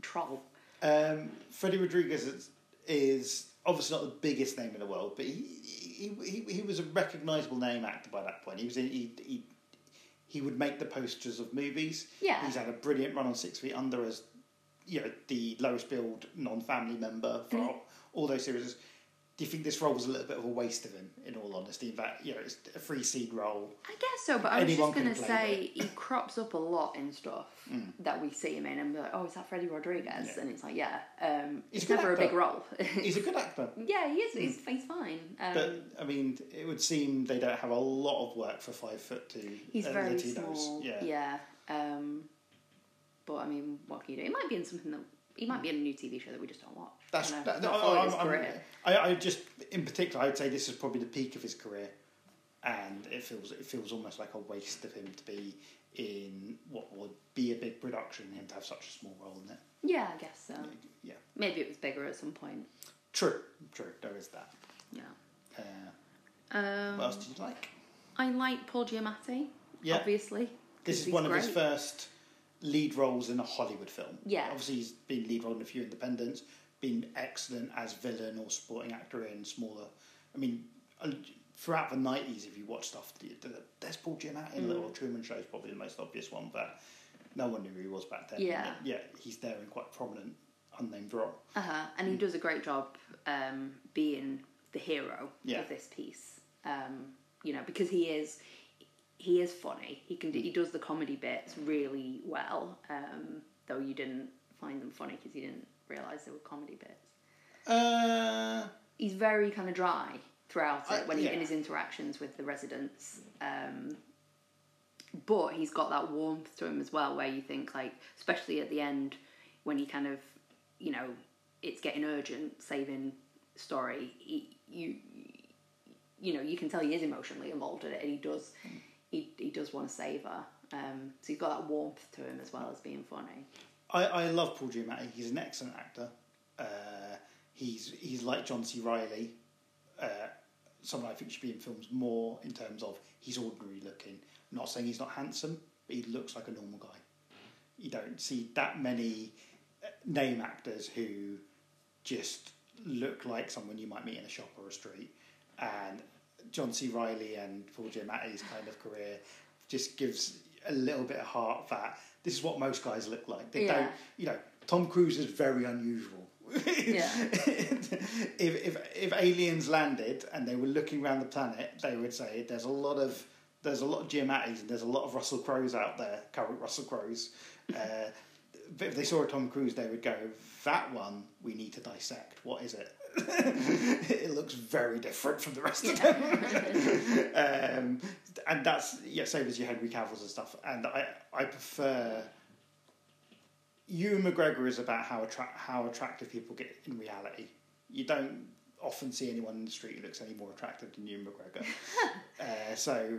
Speaker 2: troll.
Speaker 1: Um, Freddie Rodriguez is, is obviously not the biggest name in the world, but he he, he, he was a recognisable name actor by that point. He was in, he, he he would make the posters of movies.
Speaker 2: Yeah.
Speaker 1: he's had a brilliant run on Six Feet Under as you know the lowest billed non-family member for all, all those series. Do you think this role was a little bit of a waste of him? In all honesty, in fact, you know it's a free seed role.
Speaker 2: I guess so, but I was
Speaker 1: Anyone
Speaker 2: just
Speaker 1: can
Speaker 2: gonna
Speaker 1: play Mm.
Speaker 2: say he crops up a lot in stuff that we see him in, and we're like, oh, is that Freddie Rodriguez?
Speaker 1: Yeah.
Speaker 2: And it's like, yeah, um,
Speaker 1: He's
Speaker 2: it's
Speaker 1: a good
Speaker 2: never a
Speaker 1: actor.
Speaker 2: big role.
Speaker 1: He's a good actor.
Speaker 2: yeah, he is. He's, he's fine. Um,
Speaker 1: Hmm. But I mean, it would seem they don't have a lot of work for five foot two.
Speaker 2: he's
Speaker 1: uh,
Speaker 2: very
Speaker 1: Latinos.
Speaker 2: small.
Speaker 1: Yeah.
Speaker 2: Um, but I mean, what can you do? It might be in something that he might be in a new TV show that we just don't watch.
Speaker 1: That's
Speaker 2: I don't know.
Speaker 1: that,
Speaker 2: Not
Speaker 1: I-
Speaker 2: followed
Speaker 1: I-
Speaker 2: his
Speaker 1: I'm- I'm-
Speaker 2: career.
Speaker 1: I, I just, in particular, I'd say this is probably the peak of his career, and it feels it feels almost like a waste of him to be in what would be a big production and him to have such a small role in it.
Speaker 2: Yeah, I guess so.
Speaker 1: Yeah,
Speaker 2: Maybe it was bigger at some point.
Speaker 1: true, true. There is that.
Speaker 2: Yeah.
Speaker 1: Uh,
Speaker 2: Um,
Speaker 1: what else did you like?
Speaker 2: I like Paul Giamatti.
Speaker 1: Yeah.
Speaker 2: Obviously. 'cause
Speaker 1: This is
Speaker 2: he's
Speaker 1: one of his
Speaker 2: great.
Speaker 1: first lead roles in a Hollywood film.
Speaker 2: Yeah.
Speaker 1: Obviously, he's been lead role in a few independents, been excellent as villain or supporting actor in smaller. I mean, uh, throughout the 90s, if you watch stuff, the- the- there's Paul Giamatti
Speaker 2: Mm.
Speaker 1: in the Little Truman Show, is probably the most obvious one, but no one knew who he was back then.
Speaker 2: Yeah.
Speaker 1: Yeah, he's there in quite a prominent, unnamed role.
Speaker 2: Uh-huh. And he does a great job um, being the hero
Speaker 1: Yeah.
Speaker 2: of this piece. Um, you know, because he is he is funny. He can do, he does the comedy bits really well. Um, though you didn't find them funny because you didn't realize they were comedy bits.
Speaker 1: Uh,
Speaker 2: He's very kind of dry throughout
Speaker 1: I-
Speaker 2: it when
Speaker 1: Uh, yeah.
Speaker 2: he, in his interactions with the residents. Um, but he's got that warmth to him as well, where you think like, especially at the end when he kind of, you know, it's getting urgent, saving story. He, you, you know, you can tell he is emotionally involved in it, and he does, he, he does want to save her. Um, so he's got that warmth to him as well as being funny.
Speaker 1: I, I love Paul Giamatti. He's an excellent actor. Uh, he's he's like John C. Riley. Uh, someone I think should be in films more in terms of he's ordinary looking. I'm not saying he's not handsome, but he looks like a normal guy. You don't see that many uh, name actors who just look like someone you might meet in a shop or a street. And John C. Riley and Paul Giamatti's kind of career just gives a little bit of heart that this is what most guys look like. They
Speaker 2: Yeah.
Speaker 1: don't, you know, Tom Cruise is very unusual.
Speaker 2: Yeah.
Speaker 1: if, if if aliens landed and they were looking around the planet, they would say there's a lot of there's a lot of Giamatti's and there's a lot of Russell Crowe's out there, current Russell Crowe's. Uh, but if they saw a Tom Cruise, they would go, "That one we need to dissect. What is it?" it looks very different from the rest of them. um, and that's yeah, same as your Henry Cavill's and stuff. And I I prefer. Ewan McGregor is about how attra- how attractive people get in reality. You don't often see anyone in the street who looks any more attractive than Ewan McGregor. uh, so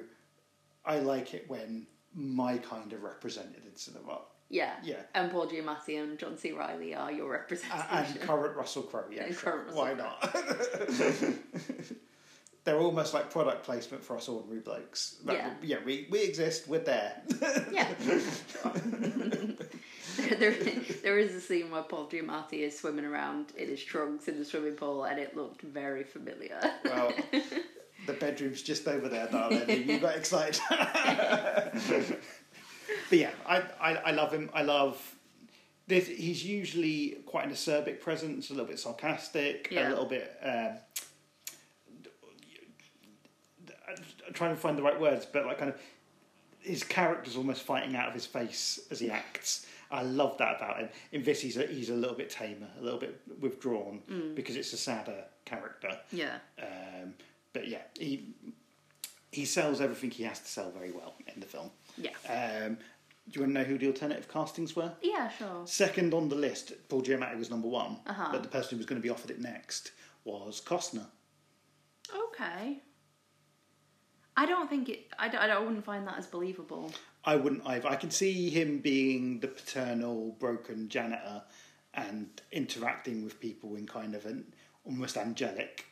Speaker 1: I like it when my kind of represented in cinema.
Speaker 2: Yeah.
Speaker 1: Yeah.
Speaker 2: And Paul Giamatti and John C. Riley are your
Speaker 1: A- and
Speaker 2: representation.
Speaker 1: current Russell Crowe. Yeah,
Speaker 2: And
Speaker 1: sure.
Speaker 2: current Russell
Speaker 1: why not? They're almost like product placement for us ordinary blokes. But
Speaker 2: Yeah.
Speaker 1: yeah, we, we exist. We're there.
Speaker 2: yeah. there, there is a scene where Paul Giamatti is swimming around in his trunks in the swimming pool, and it looked very familiar.
Speaker 1: well, the bedroom's just over there, darling. and you got excited. but yeah, I, I I love him. I love. This, he's usually quite an acerbic presence, a little bit sarcastic,
Speaker 2: Yeah.
Speaker 1: a little bit. Um, I'm trying to find the right words, but like kind of his character's almost fighting out of his face as he acts. I love that about him. In this, he's a, he's a little bit tamer, a little bit withdrawn because it's a sadder character.
Speaker 2: Mm. yeah.
Speaker 1: Um, but yeah, he he sells everything he has to sell very well in the film.
Speaker 2: Yeah.
Speaker 1: Um, do you want to know who the alternative castings were?
Speaker 2: Yeah, sure.
Speaker 1: Second on the list, Paul Giamatti was number one,
Speaker 2: Uh-huh.
Speaker 1: but the person who was going to be offered it next was Costner.
Speaker 2: Okay. I don't think it. I, don't- I, don't- I wouldn't find that as believable.
Speaker 1: I wouldn't either. I can see him being the paternal, broken janitor and interacting with people in kind of an almost angelic,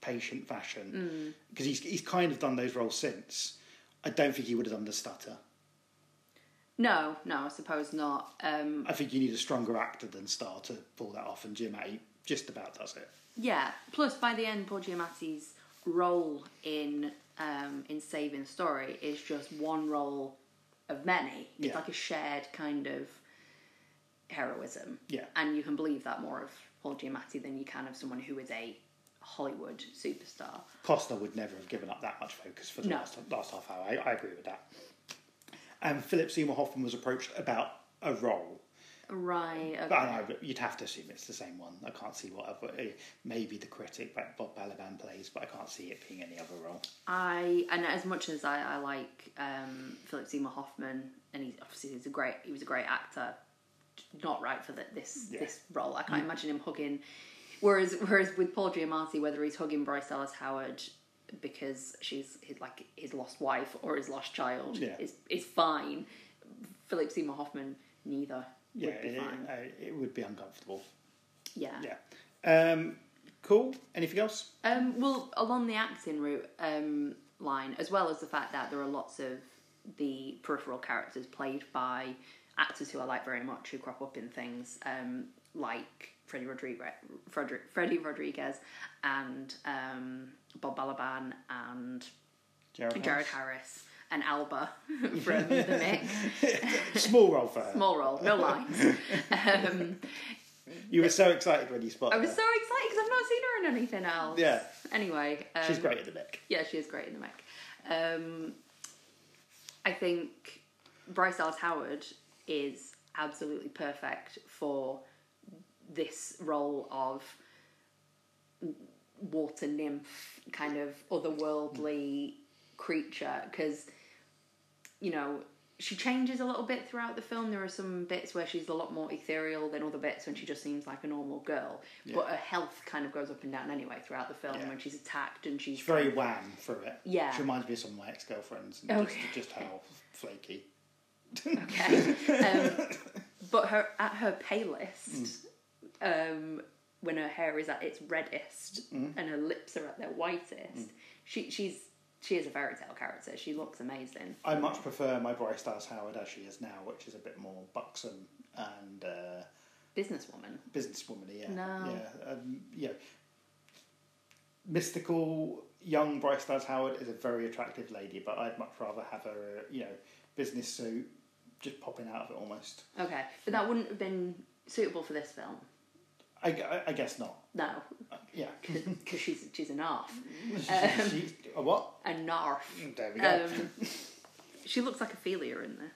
Speaker 1: patient fashion.
Speaker 2: Mm.
Speaker 1: Because he's, he's kind of done those roles since. I don't think he would have done the stutter.
Speaker 2: No, no, I suppose not. Um,
Speaker 1: I think you need a stronger actor than Star to pull that off, and Jim Atty just about does it.
Speaker 2: yeah. Plus, by the end, Paul Giamatti's role in um, in Saving Story is just one role of many. It's
Speaker 1: Yeah.
Speaker 2: like a shared kind of heroism.
Speaker 1: Yeah.
Speaker 2: And you can believe that more of Paul Giamatti than you can of someone who is a Hollywood superstar.
Speaker 1: Costner would never have given up that much focus for the
Speaker 2: No.
Speaker 1: last, last half hour. I, I agree with that. And Philip Seymour Hoffman was approached about a role.
Speaker 2: Right. Okay.
Speaker 1: But I know, you'd have to assume it's the same one. I can't see what other. eh, Maybe the critic like Bob Balaban plays, but I can't see it being any other role.
Speaker 2: I and as much as I, I like um, Philip Seymour Hoffman, and he's obviously he's a great he was a great actor, not right for the, this
Speaker 1: Yeah. Mm.
Speaker 2: this role. I can't imagine him hugging. Whereas whereas with Paul Giamatti, whether he's hugging Bryce Dallas Howard because she's his, like his lost wife or his lost child
Speaker 1: Yeah.
Speaker 2: is is fine. Philip Seymour Hoffman neither
Speaker 1: Yeah,
Speaker 2: would be
Speaker 1: it,
Speaker 2: fine.
Speaker 1: eh, it would be uncomfortable.
Speaker 2: yeah.
Speaker 1: Yeah. Um, cool. Anything else?
Speaker 2: Um, well, along the acting route um, line, as well as the fact that there are lots of the peripheral characters played by actors who I like very much, who crop up in things um, like Freddie Rodriguez, Frederick, Freddie Rodriguez, and um, Bob Balaban, and
Speaker 1: Jared.
Speaker 2: Jared Harris, and Alba from The Mix.
Speaker 1: Small role for her.
Speaker 2: Small role, no lines. Um,
Speaker 1: You were so excited when you spotted
Speaker 2: I was
Speaker 1: her.
Speaker 2: so excited because I've not seen her in anything else.
Speaker 1: Yeah.
Speaker 2: Anyway, um,
Speaker 1: She's great at the neck.
Speaker 2: Yeah, she is great in the mech. Um, I think Bryce Dallas Howard is absolutely perfect for this role of water nymph, kind of otherworldly creature, because you know. She changes a little bit throughout the film. There are some bits where she's a lot more ethereal than other bits when she just seems like a normal girl. But her health kind of goes up and down anyway throughout the film
Speaker 1: Yeah.
Speaker 2: when she's attacked and she's
Speaker 1: She's very wham through it.
Speaker 2: Yeah. Oh,
Speaker 1: She reminds me of some of my ex girlfriends and
Speaker 2: Okay.
Speaker 1: just, just how flaky.
Speaker 2: Okay. Um, but her at her palest, um, when her hair is at its reddest
Speaker 1: Mm.
Speaker 2: and her lips are at their whitest, she she's she is a fairy tale character. She looks amazing.
Speaker 1: I much prefer my Bryce Dallas Howard as she is now, which is a bit more buxom and uh,
Speaker 2: Businesswoman.
Speaker 1: businesswoman. Yeah.
Speaker 2: No.
Speaker 1: Yeah. Um, yeah. Mystical young Bryce Dallas Howard is a very attractive lady, but I'd much rather have her, you know, business suit just popping out of it almost.
Speaker 2: Okay, but that wouldn't have been suitable for this film.
Speaker 1: I, gu- I, I guess not.
Speaker 2: No,
Speaker 1: Yeah.
Speaker 2: because she's she's a narf,
Speaker 1: She- a what?
Speaker 2: a narf.
Speaker 1: There we go.
Speaker 2: Um, she looks like Ophelia in this.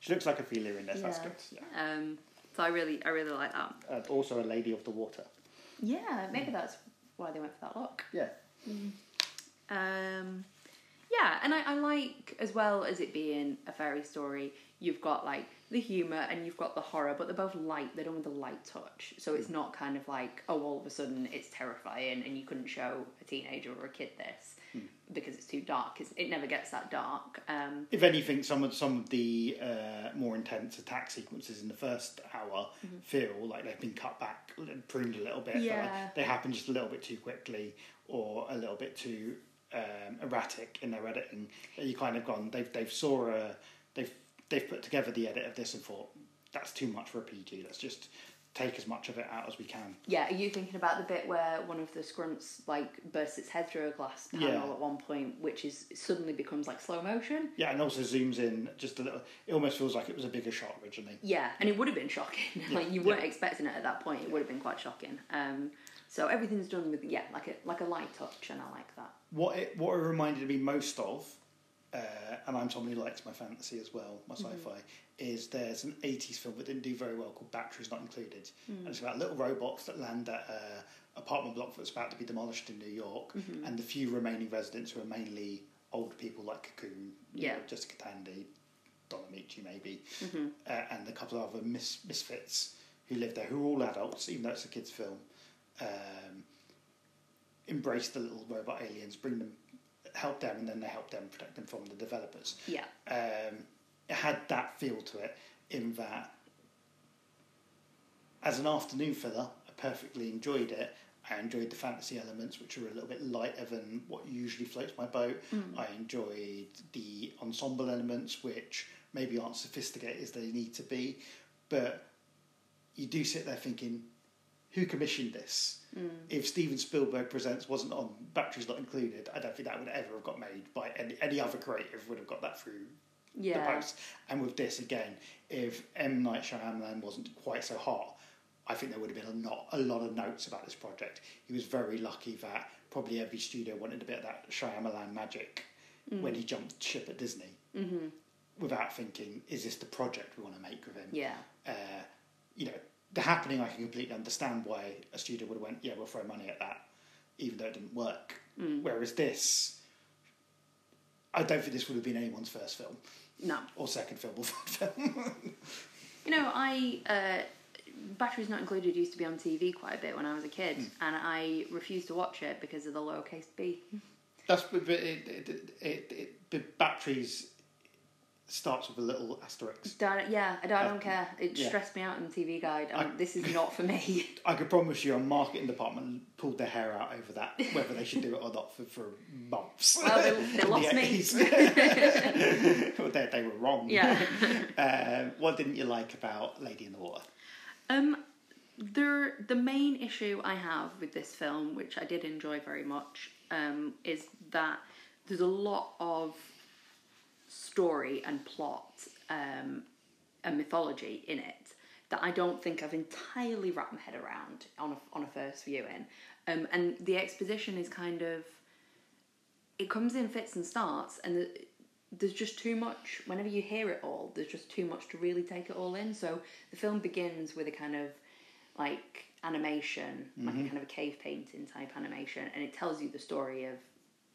Speaker 1: she looks like a feeler in this. That's
Speaker 2: yeah.
Speaker 1: good. Yeah.
Speaker 2: Um, so I really I really like that.
Speaker 1: uh, and also a lady of the water. Mm.
Speaker 2: Yeah, maybe that's why they went for that look.
Speaker 1: Yeah.
Speaker 2: Um, yeah, and I, I like as well as it being a fairy story, you've got like the humour and you've got the horror, but they're both light. They're done with a light touch, so it's not kind of like oh, all of a sudden it's terrifying and you couldn't show a teenager or a kid this because it's too dark. It's, it never gets that dark. Um,
Speaker 1: If anything, some of some of the uh, more intense attack sequences in the first hour feel like they've been cut back, pruned a little bit. but
Speaker 2: Yeah.
Speaker 1: they happen just a little bit too quickly or a little bit too um, erratic in their editing. That You kind of gone. They've they've saw a they've they've put together the edit of this and thought that's too much for a PG. Let's just take as much of it out as we can.
Speaker 2: yeah, are you thinking about the bit where one of the scrunts like bursts its head through a glass panel
Speaker 1: Yeah.
Speaker 2: at one point, which is suddenly becomes like slow motion?
Speaker 1: Yeah, and also zooms in just a little. It almost feels like it was a bigger shot originally.
Speaker 2: Yeah, and it would have been shocking. like you
Speaker 1: yeah.
Speaker 2: weren't expecting it at that point. It would have been quite shocking. Um, so everything's done with yeah, like a like a light touch, and I like that.
Speaker 1: what it what it reminded me most of, uh, and I'm someone who likes my fantasy as well, my sci-fi, is there's an '80s film that didn't do very well called Batteries Not Included, and it's about little robots that land at a apartment block that's about to be demolished in New York, and the few remaining residents who are mainly old people like Cocoon, you
Speaker 2: Yeah.
Speaker 1: know, Jessica Tandy, Donna Michi maybe, uh, and a couple of other mis- misfits who live there, who are all adults, even though it's a kids' film. Um, embrace the little robot aliens, bring them, help them, and then they help them protect them from the developers.
Speaker 2: Yeah,
Speaker 1: Um, it had that feel to it, in that as an afternoon filler, I perfectly enjoyed it. I enjoyed the fantasy elements, which are a little bit lighter than what usually floats my boat. I enjoyed the ensemble elements, which maybe aren't sophisticated as they need to be, but you do sit there thinking, who commissioned this? If Steven Spielberg Presents wasn't on Batteries Not Included, I don't think that would ever have got made by any, any other creative would have got that through the
Speaker 2: yeah,
Speaker 1: post. And with this again, if M Night Shyamalan wasn't quite so hot, I think there would have been a lot, a lot of notes about this project. He was very lucky that probably every studio wanted a bit of that Shyamalan magic when he jumped ship at Disney, mm-hmm. without thinking, is this the project we want to make with him?
Speaker 2: yeah,
Speaker 1: uh, you know, the happening, I can completely understand why a studio would have went, yeah, we'll throw money at that, even though it didn't work.
Speaker 2: Mm.
Speaker 1: Whereas this, I don't think this would have been anyone's first film
Speaker 2: no.
Speaker 1: or second film or third film.
Speaker 2: You know, I uh, batteries not included used to be on TV quite a bit when I was a kid, and I refused to watch it because of the lowercase b.
Speaker 1: That's but but it, it, it, it, it, the batteries starts with a little asterisk.
Speaker 2: Don't- yeah, I don't, I don't care. It
Speaker 1: yeah.
Speaker 2: stressed me out in TV Guide. and this is not for me.
Speaker 1: I could promise you, our marketing department pulled their hair out over that, whether they should do it or not, for, for months.
Speaker 2: Well, they- they
Speaker 1: In the
Speaker 2: lost me.
Speaker 1: 80s. well, they, they were wrong.
Speaker 2: yeah.
Speaker 1: Um, what didn't you like about Lady in the Water?
Speaker 2: Um, there, the main issue I have with this film, which I did enjoy very much, um, is that there's a lot of story and plot um, and mythology in it that I don't think I've entirely wrapped my head around on a, on a first viewing. Um, and the exposition is kind of it comes in fits and starts, and the, there's just too much. Whenever you hear it all, there's just too much to really take it all in. So the film begins with a kind of like animation, like kind of a cave painting type animation, and it tells you the story of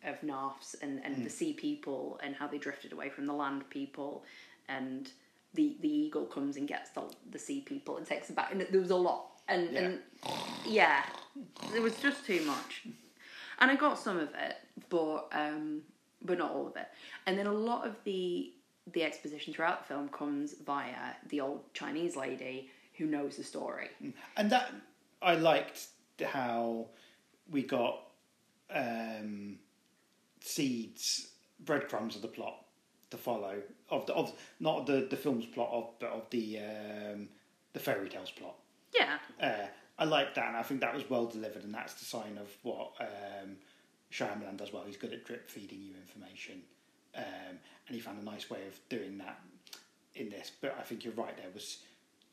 Speaker 2: of Narfs and, and the sea people and how they drifted away from the land people, and the the eagle comes and gets the the sea people and takes them back. And there was a lot, and
Speaker 1: Yeah.
Speaker 2: and yeah, it was just too much. And I got some of it, but um, but not all of it. And then a lot of the the exposition throughout the film comes via the old Chinese lady who knows the story.
Speaker 1: And that I liked how we got um, seeds, breadcrumbs of the plot to follow of the, of not the the film's plot of but of the um, the fairy tales plot.
Speaker 2: Yeah,
Speaker 1: Uh, I like that, and I think that was well delivered, and that's the sign of what um, Shyamalan does well. He's good at drip feeding you information, um, and he found a nice way of doing that in this. But I think you're right. There was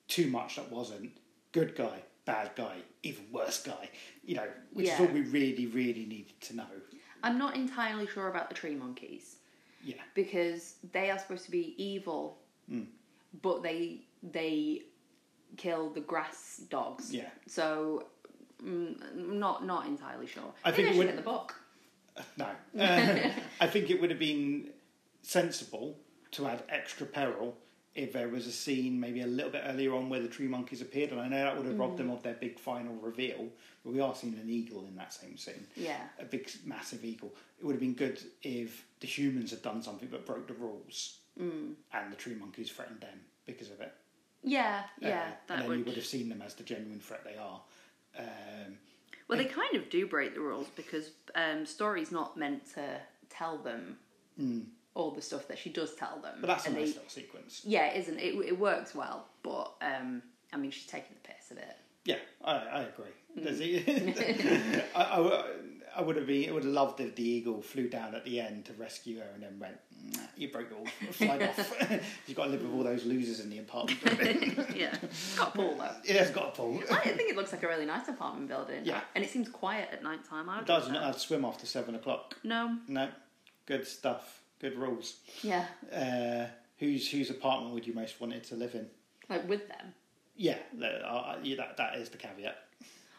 Speaker 1: too much that wasn't good guy, bad guy, even worse guy. You know, which is
Speaker 2: Yeah.
Speaker 1: all we really, really needed to know.
Speaker 2: I'm not entirely sure about the tree monkeys.
Speaker 1: Yeah,
Speaker 2: because they are supposed to be evil,
Speaker 1: Hmm.
Speaker 2: but they they kill the grass dogs.
Speaker 1: Yeah.
Speaker 2: So Mm, not not entirely sure.
Speaker 1: I
Speaker 2: Maybe
Speaker 1: think it
Speaker 2: should
Speaker 1: would-
Speaker 2: get the book.
Speaker 1: No. Uh, I think it would have been sensible to add extra peril if there was a scene maybe a little bit earlier on where the tree monkeys appeared, and I know that would have
Speaker 2: Mm.
Speaker 1: robbed them of their big final reveal, but we are seeing an eagle in that same scene.
Speaker 2: Yeah.
Speaker 1: A big, massive eagle. It would have been good if the humans had done something but broke the rules
Speaker 2: Mm.
Speaker 1: and the tree monkeys threatened them because of it.
Speaker 2: Yeah,
Speaker 1: Uh,
Speaker 2: yeah,
Speaker 1: and
Speaker 2: that
Speaker 1: then you
Speaker 2: would.
Speaker 1: would have seen them as the genuine threat they are. Um,
Speaker 2: Well, they kind of do break the rules because um, Story's not meant to tell them all the stuff that she does tell them.
Speaker 1: Hmm. but that's a
Speaker 2: and
Speaker 1: nice
Speaker 2: they,
Speaker 1: little sequence.
Speaker 2: yeah, it isn't it? It works well, but um, I mean, she's taking the piss a bit.
Speaker 1: Yeah, I, I agree. There's a- I, I w- I would have been, I would have loved if the eagle flew down at the end to rescue her and then went, "Nah, "You broke it all, fly off. You've got to live with all those losers in the apartment." building."
Speaker 2: yeah, it's got Paul though.
Speaker 1: it has got a pool.
Speaker 2: I think it looks like a really nice apartment building.
Speaker 1: Yeah.
Speaker 2: and it seems quiet at night time. I would
Speaker 1: Does
Speaker 2: like
Speaker 1: not
Speaker 2: that.
Speaker 1: have to swim after seven o'clock.
Speaker 2: No.
Speaker 1: No, good stuff. Good rules.
Speaker 2: Yeah,
Speaker 1: Uh, whose whose apartment would you most wanted to live in?
Speaker 2: like with them.
Speaker 1: Yeah, that, uh, yeah, that that is the caveat.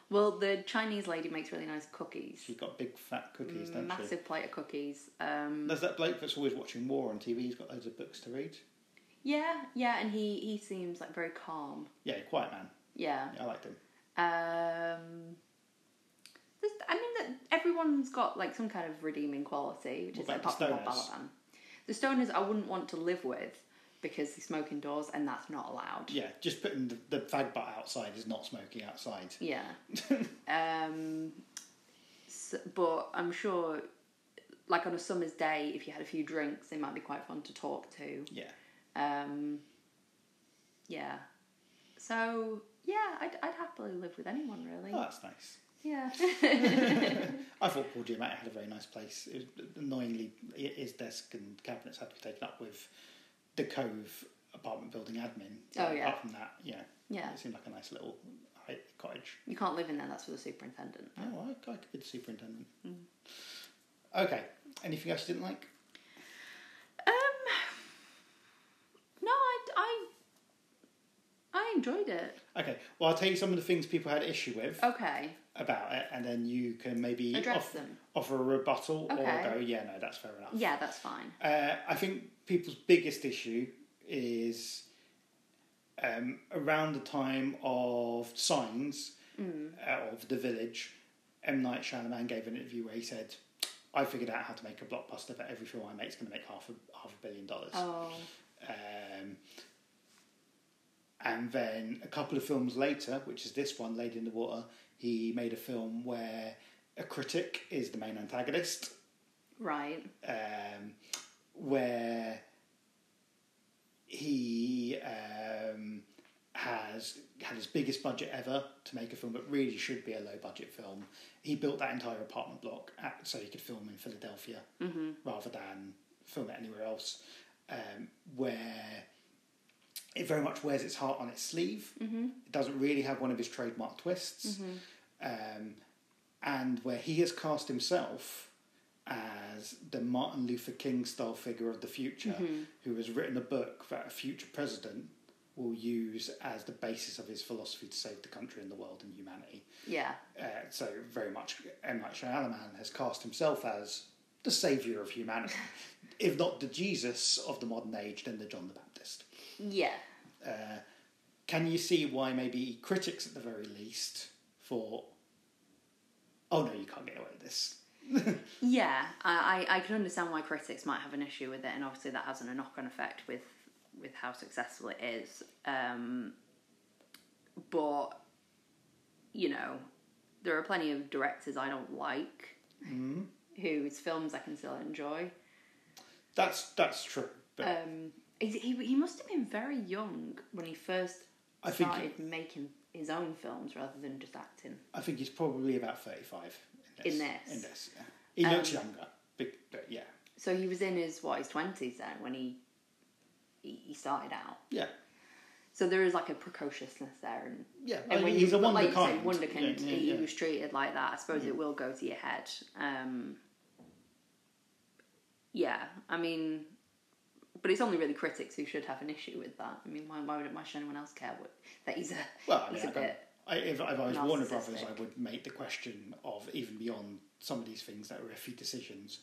Speaker 2: Well, the Chinese lady makes really nice cookies.
Speaker 1: She's got big fat cookies, doesn't she?
Speaker 2: Massive plate of cookies. Um,
Speaker 1: There's that bloke that's always watching war on TV. He's got loads of books to read.
Speaker 2: yeah, yeah, and he he seems like very calm.
Speaker 1: Yeah, quiet man.
Speaker 2: Yeah.
Speaker 1: Yeah, I liked him.
Speaker 2: Um, there's, I mean that everyone's got like some kind of redeeming quality, which
Speaker 1: What
Speaker 2: is like, apart
Speaker 1: about
Speaker 2: from
Speaker 1: the
Speaker 2: Bob
Speaker 1: stoners?
Speaker 2: Balaban. The stoners I wouldn't want to live with because they smoke indoors and that's not allowed.
Speaker 1: Yeah, just putting the, the fag butt outside is not smoking outside.
Speaker 2: Yeah. um, s but I'm sure, like on a summer's day, if you had a few drinks, they might be quite fun to talk to.
Speaker 1: Yeah.
Speaker 2: Um, yeah. So yeah, I'd, I'd happily live with anyone really.
Speaker 1: Oh, that's nice.
Speaker 2: Yeah.
Speaker 1: I thought Paul Giamatti had a very nice place. It, annoyingly, i- his desk and cabinets had to be taken up with the Cove apartment building admin.
Speaker 2: Oh, yeah.
Speaker 1: Apart from that, yeah.
Speaker 2: Yeah.
Speaker 1: It seemed like a nice little hi- cottage.
Speaker 2: you can't live in there. That's for the superintendent.
Speaker 1: Oh, I, I could be the superintendent.
Speaker 2: Mm.
Speaker 1: Okay. Anything else you didn't like?
Speaker 2: Um. No, I I I enjoyed it.
Speaker 1: Okay. Well, I'll tell you some of the things people had issue with
Speaker 2: Okay.
Speaker 1: about it, and then you can maybe
Speaker 2: Address
Speaker 1: off-
Speaker 2: them.
Speaker 1: offer a rebuttal
Speaker 2: Okay.
Speaker 1: or go, yeah, no, that's fair enough.
Speaker 2: Yeah, that's fine.
Speaker 1: Uh, I think people's biggest issue is um, around the time of Signs
Speaker 2: Mm.
Speaker 1: uh, of the Village. M Night Shyamalan gave an interview where he said, "I figured out how to make a blockbuster, but every film I make is going to make half a half a billion dollars."
Speaker 2: Oh.
Speaker 1: Um, and then a couple of films later, which is this one, Lady in the Water, he made a film where a critic is the main antagonist
Speaker 2: Right.
Speaker 1: um, where he um, has had his biggest budget ever to make a film that really should be a low budget film. He built that entire apartment block at, so he could film in Philadelphia rather than film it anywhere else, um, where it very much wears its heart on its sleeve. It doesn't really have one of his trademark twists. Um, and where he has cast himself as the Martin Luther King style figure of the future, who has written a book that a future president will use as the basis of his philosophy to save the country and the world and humanity.
Speaker 2: Yeah.
Speaker 1: Uh, so very much M. Night Shyamalan has cast himself as the saviour of humanity, if not the Jesus of the modern age, then the John the Baptist
Speaker 2: Yeah.
Speaker 1: can you see why maybe critics at the very least thought, oh no, you can't get away with this?
Speaker 2: Yeah, I, I, I can understand why critics might have an issue with it, and obviously that has a knock on effect with with how successful it is. Um, but you know, there are plenty of directors I don't like whose films I can still enjoy.
Speaker 1: That's that's true. But
Speaker 2: Um, he, he he must have been very young when he first
Speaker 1: I think-
Speaker 2: started making his own films rather than just acting.
Speaker 1: I think he's probably about thirty-five
Speaker 2: In this. Um,
Speaker 1: In this, yeah. he looks younger, but, but yeah,
Speaker 2: So he was in his what his twenties then when he he he started out.
Speaker 1: yeah,
Speaker 2: So there is like a precociousness there, and
Speaker 1: yeah.
Speaker 2: and when
Speaker 1: Oh, he's
Speaker 2: you,
Speaker 1: a
Speaker 2: but
Speaker 1: wonder
Speaker 2: like you say,
Speaker 1: kind.
Speaker 2: wonderkind,
Speaker 1: Yeah, yeah,
Speaker 2: he
Speaker 1: yeah.
Speaker 2: was treated like that. I suppose it will go to your head. Um, yeah, I mean, but it's only really critics who should have an issue with that. I mean, why why, would, why should anyone else care what, that he's a
Speaker 1: Well, I
Speaker 2: he's
Speaker 1: mean,
Speaker 2: a
Speaker 1: I don't,
Speaker 2: bit
Speaker 1: I, if, if I was Warner Brothers,
Speaker 2: Narcissistic.
Speaker 1: I would make the question of even beyond some of these things that are iffy decisions.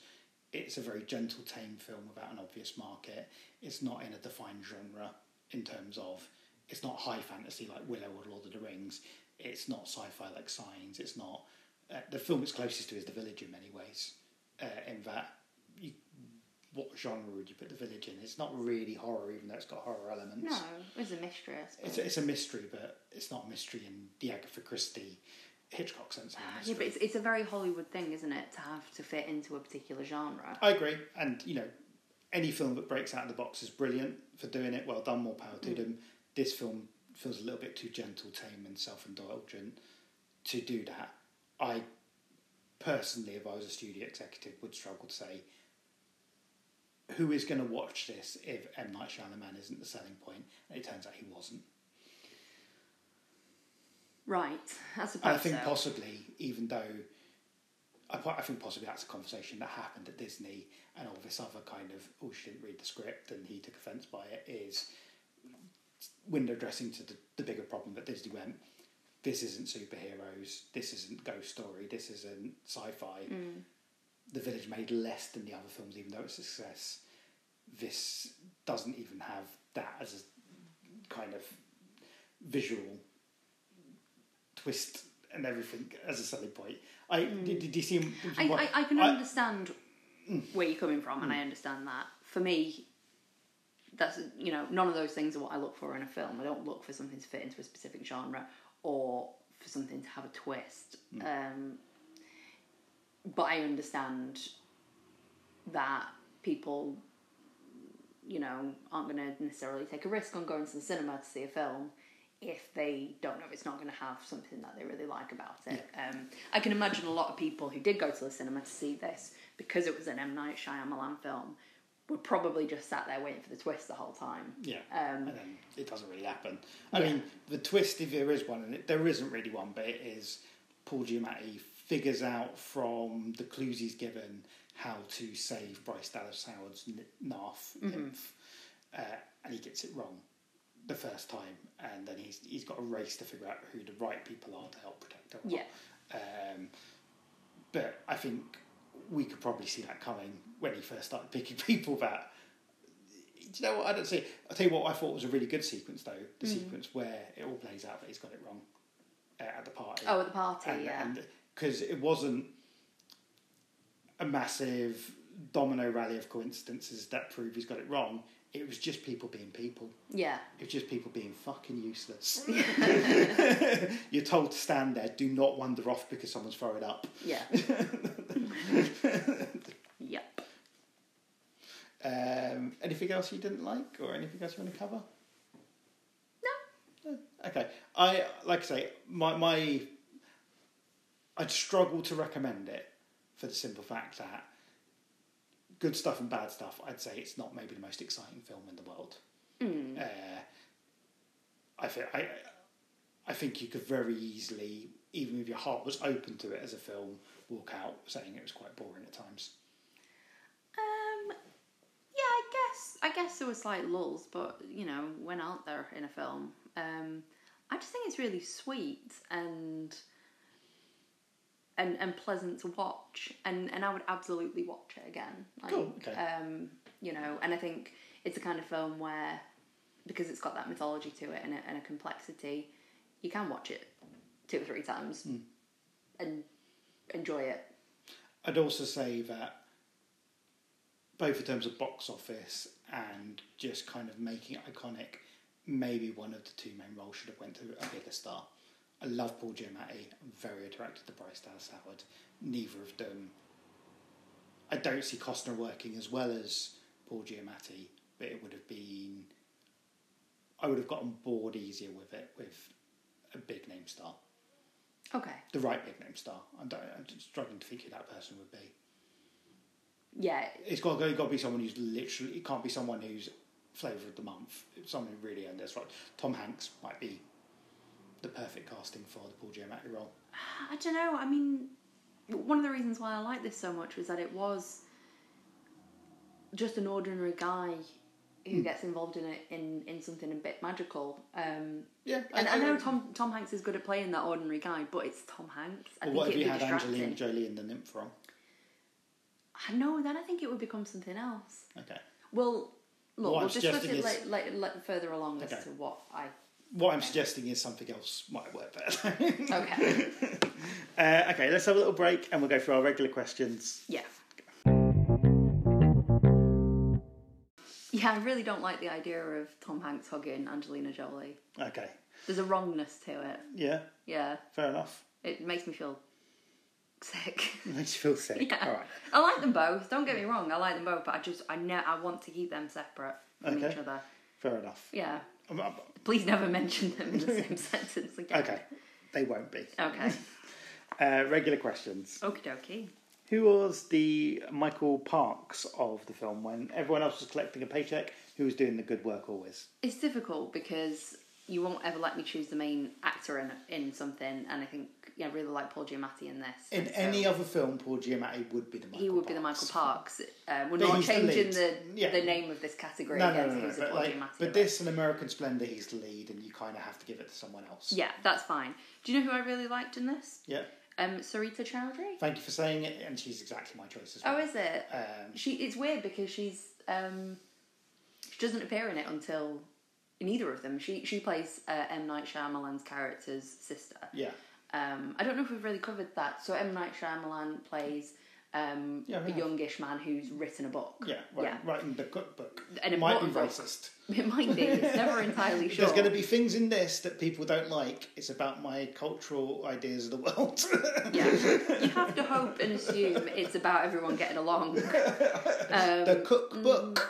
Speaker 1: It's a very gentle, tame film about an obvious market. It's not in a defined genre in terms of it's not high fantasy like Willow or Lord of the Rings. It's not sci-fi like Signs. It's not uh, the film it's closest to is The Village in many ways. Uh, in that, you, what genre would you put The Village in? It's not really horror, even though it's got horror elements.
Speaker 2: No, it was a mistress.
Speaker 1: It's a, it's a mystery, but it's not a mystery in the Agatha Christie, Hitchcock sense of a mystery.
Speaker 2: Yeah, but it's, it's a very Hollywood thing, isn't it, to have to fit into a particular genre?
Speaker 1: I agree, and you know, any film that breaks out of the box is brilliant for doing it. Well done, more power to them. This film feels a little bit too gentle, tame, and self-indulgent to do that. I personally, if I was a studio executive, would struggle to say who is going to watch this if M Night Shyamalan isn't the selling point, and it turns out he wasn't.
Speaker 2: Right, I suppose.
Speaker 1: I think
Speaker 2: so.
Speaker 1: possibly, even though I, po- I think possibly that's a conversation that happened at Disney, and all this other kind of oh she didn't read the script and he took offence by it is window dressing to the, the bigger problem that Disney went. This isn't superheroes. This isn't ghost story. This isn't sci-fi. The Village made less than the other films, even though it's a success. This doesn't even have that as a kind of visual twist and everything as a selling point. I did, did you see?
Speaker 2: I, Mm. I, I can
Speaker 1: I- Mm.
Speaker 2: understand where you're coming from, and I understand that. For me, that's you know none of those things are what I look for in a film. I don't look for something to fit into a specific genre or for something to have a twist.
Speaker 1: Mm.
Speaker 2: Um, but I understand that people, you know, aren't going to necessarily take a risk on going to the cinema to see a film if they don't know if it's not going to have something that they really like about it. Um, I can imagine a lot of people who did go to the cinema to see this because it was an M Night Shyamalan film were probably just sat there waiting for the twist the whole time.
Speaker 1: Yeah, and
Speaker 2: Um,
Speaker 1: then it doesn't really happen. I
Speaker 2: Yeah.
Speaker 1: mean, the twist, if there is one, and it, there isn't really one, but it is Paul Giamatti figures out from the clues he's given how to save Bryce Dallas Howard's n- Narf
Speaker 2: Mm-hmm.
Speaker 1: nymph, uh, and he gets it wrong the first time, and then he's he's got a race to figure out who the right people are to help protect her. or not.
Speaker 2: Yeah.
Speaker 1: Um, but I think we could probably see that coming when he first started picking people that do you know what? I don't see. I'll tell you what I thought was a really good sequence, though. The
Speaker 2: Mm.
Speaker 1: sequence where it all plays out that he's got it wrong uh, at the party.
Speaker 2: Oh, at the party, yeah.
Speaker 1: Because it wasn't a massive domino rally of coincidences that prove he's got it wrong. It was just people being people.
Speaker 2: yeah.
Speaker 1: It was just people being fucking useless. You're told to stand there. Do not wander off because someone's throwing up.
Speaker 2: Yeah. yep.
Speaker 1: Um, anything else you didn't like, or anything else you want to cover? No. Okay. I like I say my my. I'd struggle to recommend it for the simple fact that good stuff and bad stuff. I'd say it's not maybe the most exciting film in the world. Uh, I think I, I think you could very easily, even if your heart was open to it as a film, walk out saying it was quite boring at times.
Speaker 2: Um, yeah, I guess I guess there were slight lulls, but you know, when aren't there in a film? Um, I just think it's really sweet and and and pleasant to watch, and and I would absolutely watch it again. Like,
Speaker 1: Cool, okay.
Speaker 2: Um, you know, and I think it's a kind of film where because it's got that mythology to it and a, and a complexity, you can watch it two or three times
Speaker 1: Hmm.
Speaker 2: and enjoy it.
Speaker 1: I'd also say that both in terms of box office and just kind of making it iconic, maybe one of the two main roles should have went to a bigger star. I love Paul Giamatti. I'm very attracted to Bryce Dallas Howard. Neither of them. I don't see Costner working as well as Paul Giamatti, but it would have been. I would have gotten bored easier with it with a big name star,
Speaker 2: Okay.
Speaker 1: the right big name star. I'm, don't, I'm just struggling to think who that person would be
Speaker 2: Yeah,
Speaker 1: it's got to, got to be someone who's literally. It can't be someone who's flavour of the month. It's someone who really earned this right. Tom Hanks might be the perfect casting for the Paul Giamatti role.
Speaker 2: I don't know. I mean, one of the reasons why I like this so much was that it was just an ordinary guy who
Speaker 1: Hmm.
Speaker 2: gets involved in it in, in something a bit magical. Um,
Speaker 1: Yeah,
Speaker 2: and I, know Tom Tom Hanks is good at playing that ordinary guy, but it's Tom Hanks. I
Speaker 1: Well, what
Speaker 2: think
Speaker 1: if you
Speaker 2: it'd be
Speaker 1: had Angelina
Speaker 2: distracting.
Speaker 1: Jolie in the nymph from?
Speaker 2: I know. Then I think it would become something else.
Speaker 1: Okay.
Speaker 2: Well, look,
Speaker 1: What
Speaker 2: we'll
Speaker 1: I'm
Speaker 2: discuss
Speaker 1: suggesting
Speaker 2: it
Speaker 1: is-
Speaker 2: like, like, like further along
Speaker 1: Okay.
Speaker 2: as to what I.
Speaker 1: What I'm suggesting is something else might work better.
Speaker 2: Okay.
Speaker 1: uh, okay, let's have a little break and we'll go through our regular questions.
Speaker 2: yeah. Yeah, I really don't like the idea of Tom Hanks hugging Angelina Jolie.
Speaker 1: Okay.
Speaker 2: There's a wrongness to it.
Speaker 1: Yeah,
Speaker 2: Yeah,
Speaker 1: fair enough.
Speaker 2: it makes me feel sick.
Speaker 1: It makes you feel sick.
Speaker 2: Yeah.
Speaker 1: All right.
Speaker 2: I like them both. Don't get me wrong. I like them both, but I just I know I want to keep them separate from
Speaker 1: Okay.
Speaker 2: each other.
Speaker 1: Fair enough.
Speaker 2: Yeah.
Speaker 1: Um, um,
Speaker 2: Please never mention them in the same sentence again.
Speaker 1: Okay. They won't be.
Speaker 2: Okay.
Speaker 1: Uh, regular questions.
Speaker 2: Okie dokie.
Speaker 1: Who was the Michael Parks of the film when everyone else was collecting a paycheck? Who was doing the good work always?
Speaker 2: It's difficult because you won't ever let me choose the main actor in in something, and I think yeah, I really like Paul Giamatti in this.
Speaker 1: In
Speaker 2: and so
Speaker 1: any other film, Paul Giamatti would be the Michael
Speaker 2: Um, he would
Speaker 1: Parks.
Speaker 2: be the Michael Parks. Um, we're
Speaker 1: But
Speaker 2: not
Speaker 1: he's the
Speaker 2: changing
Speaker 1: lead.
Speaker 2: the
Speaker 1: Yeah.
Speaker 2: the name of this category.
Speaker 1: No, no,
Speaker 2: again,
Speaker 1: no,
Speaker 2: so
Speaker 1: no.
Speaker 2: he's a
Speaker 1: But,
Speaker 2: Paul
Speaker 1: like,
Speaker 2: Giamatti in
Speaker 1: but
Speaker 2: it.
Speaker 1: this and American Splendor, he's the lead, and you kind of have to give it to someone else.
Speaker 2: Yeah, that's fine. Do you know who I really liked in this?
Speaker 1: Yeah.
Speaker 2: Um, Sarita Chowdhury.
Speaker 1: Thank you for saying it, and she's exactly my choice as well.
Speaker 2: Oh, is it?
Speaker 1: Um,
Speaker 2: she it's weird because she's um she doesn't appear in it until in either of them. She she plays uh, M Night Shyamalan's character's sister.
Speaker 1: yeah.
Speaker 2: Um, I don't know if we've really covered that. So M Night Shyamalan plays um
Speaker 1: Yeah, we
Speaker 2: a
Speaker 1: have.
Speaker 2: youngish man who's written a book.
Speaker 1: Yeah, right,
Speaker 2: yeah.
Speaker 1: writing the cookbook.
Speaker 2: An
Speaker 1: Might be
Speaker 2: important book.
Speaker 1: racist.
Speaker 2: It might be. It's never entirely sure.
Speaker 1: There's going to be things in this that people don't like. It's about my cultural ideas of the world.
Speaker 2: Yeah. You have to hope and assume it's about everyone getting along.
Speaker 1: the
Speaker 2: Mm.
Speaker 1: cookbook.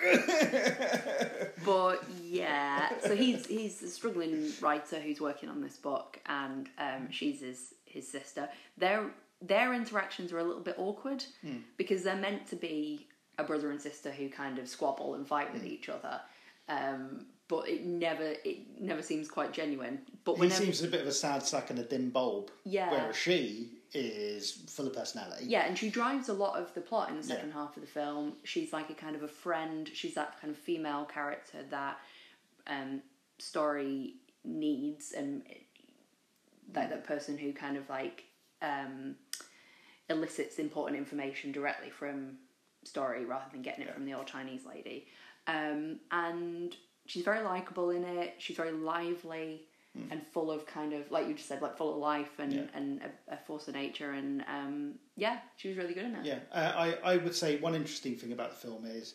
Speaker 2: But yeah, so he's he's a struggling writer who's working on this book, and um, she's his his sister. Their their interactions are a little bit awkward
Speaker 1: Hmm.
Speaker 2: because they're meant to be a brother and sister who kind of squabble and fight
Speaker 1: Hmm.
Speaker 2: with each other. Um, but it never it never seems quite genuine. But
Speaker 1: He
Speaker 2: whenever
Speaker 1: seems a bit of a sad sack and a dim bulb.
Speaker 2: Yeah.
Speaker 1: Whereas she is full of personality.
Speaker 2: Yeah, and she drives a lot of the plot in the second
Speaker 1: Yeah.
Speaker 2: half of the film. She's like a kind of a friend. She's that kind of female character that um, story needs, and like that person who kind of like um, elicits important information directly from story rather than getting it from the old Chinese lady. Um, and she's very likable in it. She's very lively and full of kind of like you just said, like full of life and
Speaker 1: Hmm. Yeah.
Speaker 2: and a, a force of nature. And um, yeah, she was really good in it.
Speaker 1: Yeah, uh, I, I would say one interesting thing about the film is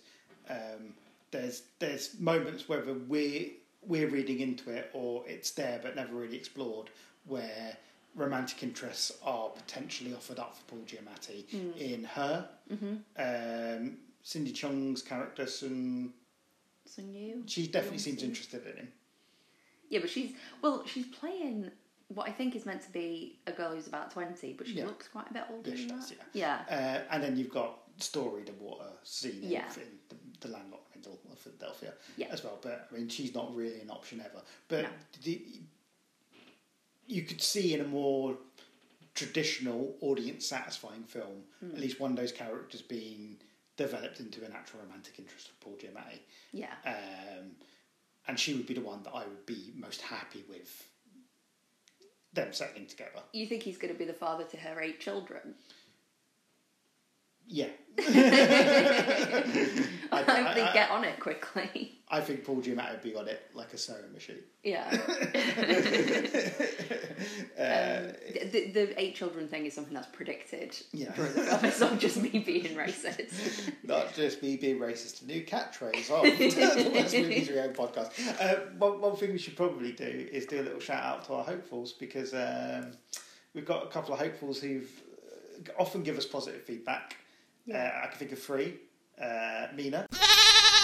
Speaker 1: um, there's there's moments whether we're we're reading into it or it's there but never really explored where romantic interests are potentially offered up for Paul Giamatti
Speaker 2: Hmm.
Speaker 1: in her.
Speaker 2: Mm-hmm.
Speaker 1: Um, Cindy Chung's character, Sun,
Speaker 2: Sun Yu.
Speaker 1: she definitely seems interested in him.
Speaker 2: Yeah, but she's well, she's playing what I think is meant to be a girl who's about twenty, but she
Speaker 1: Yeah.
Speaker 2: looks quite a bit older.
Speaker 1: Yeah, she
Speaker 2: than
Speaker 1: does,
Speaker 2: that. yeah.
Speaker 1: Uh, and then you've got Story, the water scene in-
Speaker 2: Yeah.
Speaker 1: in, the, the landlocked middle of Philadelphia
Speaker 2: Yeah.
Speaker 1: as well. But I mean, she's not really an option ever. But
Speaker 2: No.
Speaker 1: the, you could see in a more traditional, audience satisfying film,
Speaker 2: Hmm.
Speaker 1: at least one of those characters being developed into an actual romantic interest for Paul Giamatti.
Speaker 2: yeah.
Speaker 1: Um, and she would be the one that I would be most happy with them settling together.
Speaker 2: You think he's going to be the father to her eight children?
Speaker 1: Yeah.
Speaker 2: I
Speaker 1: I-
Speaker 2: hope
Speaker 1: I-
Speaker 2: they
Speaker 1: I-
Speaker 2: get on it quickly.
Speaker 1: I think Paul Giamatti would be on it like a sewing machine.
Speaker 2: Yeah.
Speaker 1: Uh,
Speaker 2: um, the, the- the eight children thing is something that's predicted.
Speaker 1: Yeah.
Speaker 2: during the film. It's not just me being racist.
Speaker 1: Not just me being racist, a new catchphrase of the West Movies Reown podcast. Uh, one, one thing we should probably do is do a little shout out to our hopefuls because um, we've got a couple of hopefuls who've uh, often give us positive feedback. Uh, I can think of three. Uh, Mina.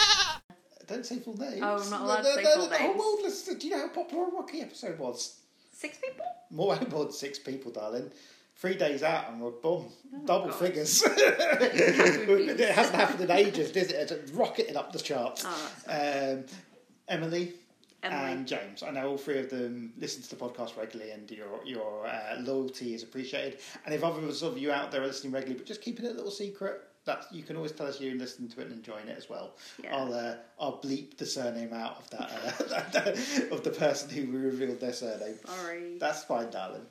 Speaker 1: Don't say full names.
Speaker 2: Oh, I'm not allowed to say full
Speaker 1: The whole
Speaker 2: names.
Speaker 1: world listens. Do you know how popular a Rocky episode was?
Speaker 2: Six people?
Speaker 1: More than six people, darling. Three days out and we're boom, double
Speaker 2: Oh, God.
Speaker 1: figures.
Speaker 2: Happy
Speaker 1: it hasn't happened in ages, does it? It's rocketed up the charts.
Speaker 2: Oh,
Speaker 1: um, Emily,
Speaker 2: Emily.
Speaker 1: and James. I know all three of them listen to the podcast regularly, and your your uh, loyalty is appreciated. And if others of you out there are listening regularly, but just keeping it a little secret, that's you can always tell us you're listening to it and enjoying it as well.
Speaker 2: Yeah.
Speaker 1: I'll uh, I'll bleep the surname out of that, uh, of the person who revealed their surname.
Speaker 2: Sorry.
Speaker 1: That's fine, darling.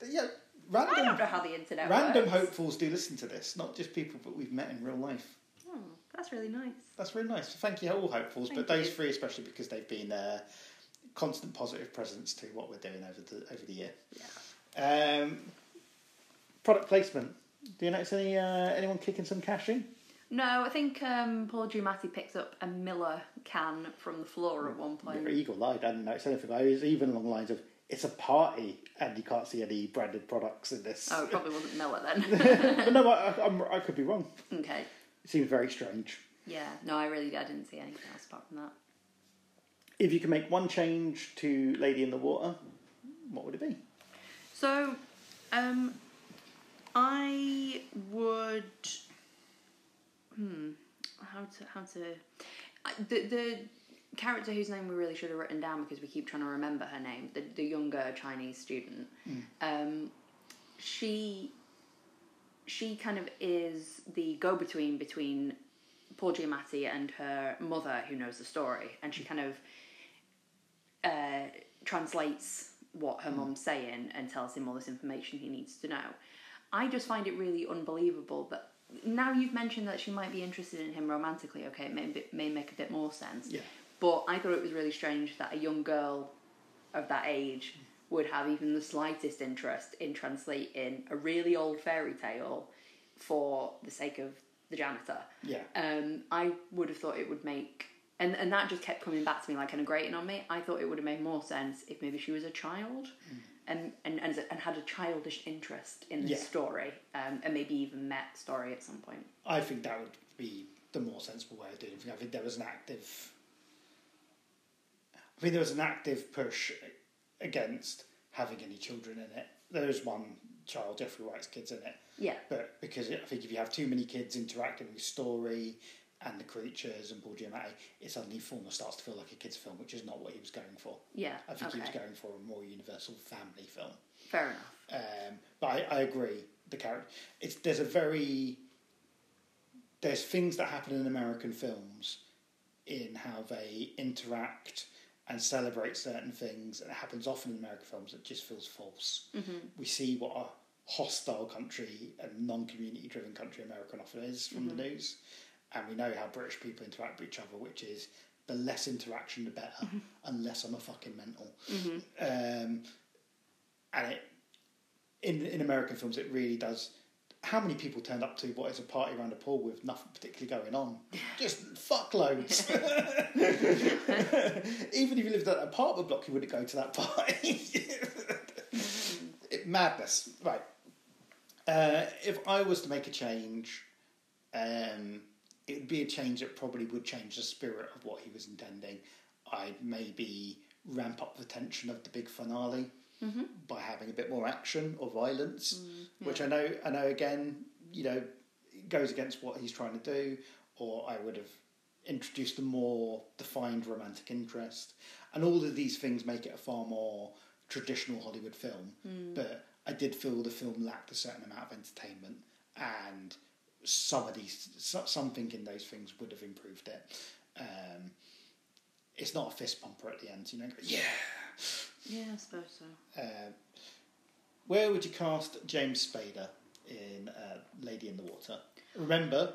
Speaker 1: But yeah,
Speaker 2: I don't know
Speaker 1: random
Speaker 2: how the internet
Speaker 1: random
Speaker 2: works.
Speaker 1: hopefuls do listen to this, not just people that we've met in real life.
Speaker 2: Oh, that's really nice.
Speaker 1: That's really nice. Thank you, all hopefuls,
Speaker 2: Thank
Speaker 1: but those
Speaker 2: you.
Speaker 1: three especially because they've been uh, constant positive presence to what we're doing over the over the year.
Speaker 2: Yeah.
Speaker 1: Um, product placement. Do you notice any uh, anyone kicking some cash in?
Speaker 2: No, I think um, Paul Giamatti picks up a Miller can from the floor at one point.
Speaker 1: Your eagle eyed. I didn't notice anything. I was even along the lines of it's a party, and you can't see any branded products in this.
Speaker 2: Oh, it probably wasn't Miller then.
Speaker 1: But no, I, I, I'm, I could be wrong.
Speaker 2: okay.
Speaker 1: It seems very strange.
Speaker 2: Yeah. No, I really I didn't see anything else apart from that.
Speaker 1: If you could make one change to Lady in the Water, what would it be?
Speaker 2: So, um, I would. Hmm. How to how to I- the the character whose name we really should have written down because we keep trying to remember her name. The the younger Chinese student. Um, she. She kind of is the go between between Paul Giamatti and her mother, who knows the story, and she kind of uh, translates what her mum's saying and tells him all this information he needs to know. I just find it really unbelievable that now you've mentioned that she might be interested in him romantically. Okay, it may it may make a bit more sense.
Speaker 1: Yeah.
Speaker 2: But I thought it was really strange that a young girl of that age would have even the slightest interest in translating a really old fairy tale for the sake of the janitor.
Speaker 1: Yeah.
Speaker 2: Um, I would have thought it would make, and, and that just kept coming back to me like kind of grating on me. I thought it would have made more sense if maybe she was a child and, and, and, and had a childish interest in this
Speaker 1: Mm. Yeah.
Speaker 2: story um, and maybe even met story at some point.
Speaker 1: I think that would be the more sensible way of doing it. I think there was an active. I think there was an active push against having any children in it. There is one child, Jeffrey Wright's kids in it,
Speaker 2: Yeah.
Speaker 1: but because I think if you have too many kids interacting with story and the creatures and Paul Giamatti, it suddenly almost starts to feel like a kids' film, which is not what he was going for.
Speaker 2: Yeah.
Speaker 1: I think
Speaker 2: okay.
Speaker 1: he was going for a more universal family film.
Speaker 2: Fair enough.
Speaker 1: Um, but I, I agree. The character, it's there's a very there's things that happen in American films in how they interact and celebrate certain things, and it happens often in American films. It just feels false. We see what a hostile country and non-community driven country America often is from the news, and we know how British people interact with each other, which is the less interaction, the better, unless I'm a fucking mental. Um, and it in in American films, it really does. How many people turned up to what is a party around a pool with nothing particularly going on? Just fuckloads. Even if you lived in an apartment block, you wouldn't go to that party. It- madness, right? Uh, if I was to make a change, um, it would be a change that probably would change the spirit of what he was intending. I'd maybe ramp up the tension of the big finale by having a bit more action or violence, which I know, I know. Again, you know, it goes against what he's trying to do. Or I would have introduced a more defined romantic interest, and all of these things make it a far more traditional Hollywood film. But I did feel the film lacked a certain amount of entertainment, and some of these, so- something in those things would have improved it. Um, it's not a fist pumper at the end, you know. go, Yeah,
Speaker 2: Yeah, I suppose so.
Speaker 1: um, where would you cast James Spader in uh, Lady in the Water? Remember,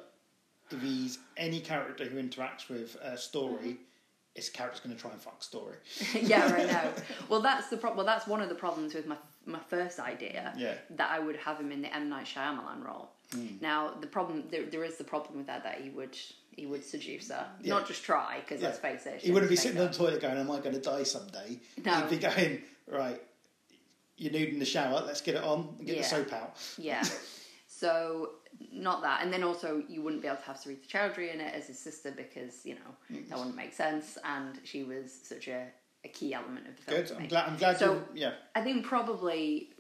Speaker 1: if he's any character who interacts with uh, story,
Speaker 2: Mm-hmm.
Speaker 1: his character's going to try and fuck story.
Speaker 2: yeah, right now. Well, that's the problem. Well, that's one of the problems with my my first idea.
Speaker 1: Yeah. Hmm.
Speaker 2: That I would have him in the M Night Shyamalan role. Now the problem there, there is the problem with that that he would he would seduce her,
Speaker 1: Yeah.
Speaker 2: not just try because
Speaker 1: Yeah.
Speaker 2: let's face it,
Speaker 1: He wouldn't be
Speaker 2: James
Speaker 1: sitting on
Speaker 2: Spader.
Speaker 1: the toilet going, "Am I going to die someday?"
Speaker 2: No.
Speaker 1: He'd be going, "Right, you're nude in the shower. Let's get it on and get
Speaker 2: Yeah.
Speaker 1: the soap out."
Speaker 2: Yeah. So not that, and then also you wouldn't be able to have Sarita Chowdhury in it as his sister because you know that wouldn't make sense, and she was such a, a key element of the film.
Speaker 1: Good.
Speaker 2: to
Speaker 1: I'm
Speaker 2: me.
Speaker 1: glad. I'm glad.
Speaker 2: So-
Speaker 1: you yeah.
Speaker 2: I think probably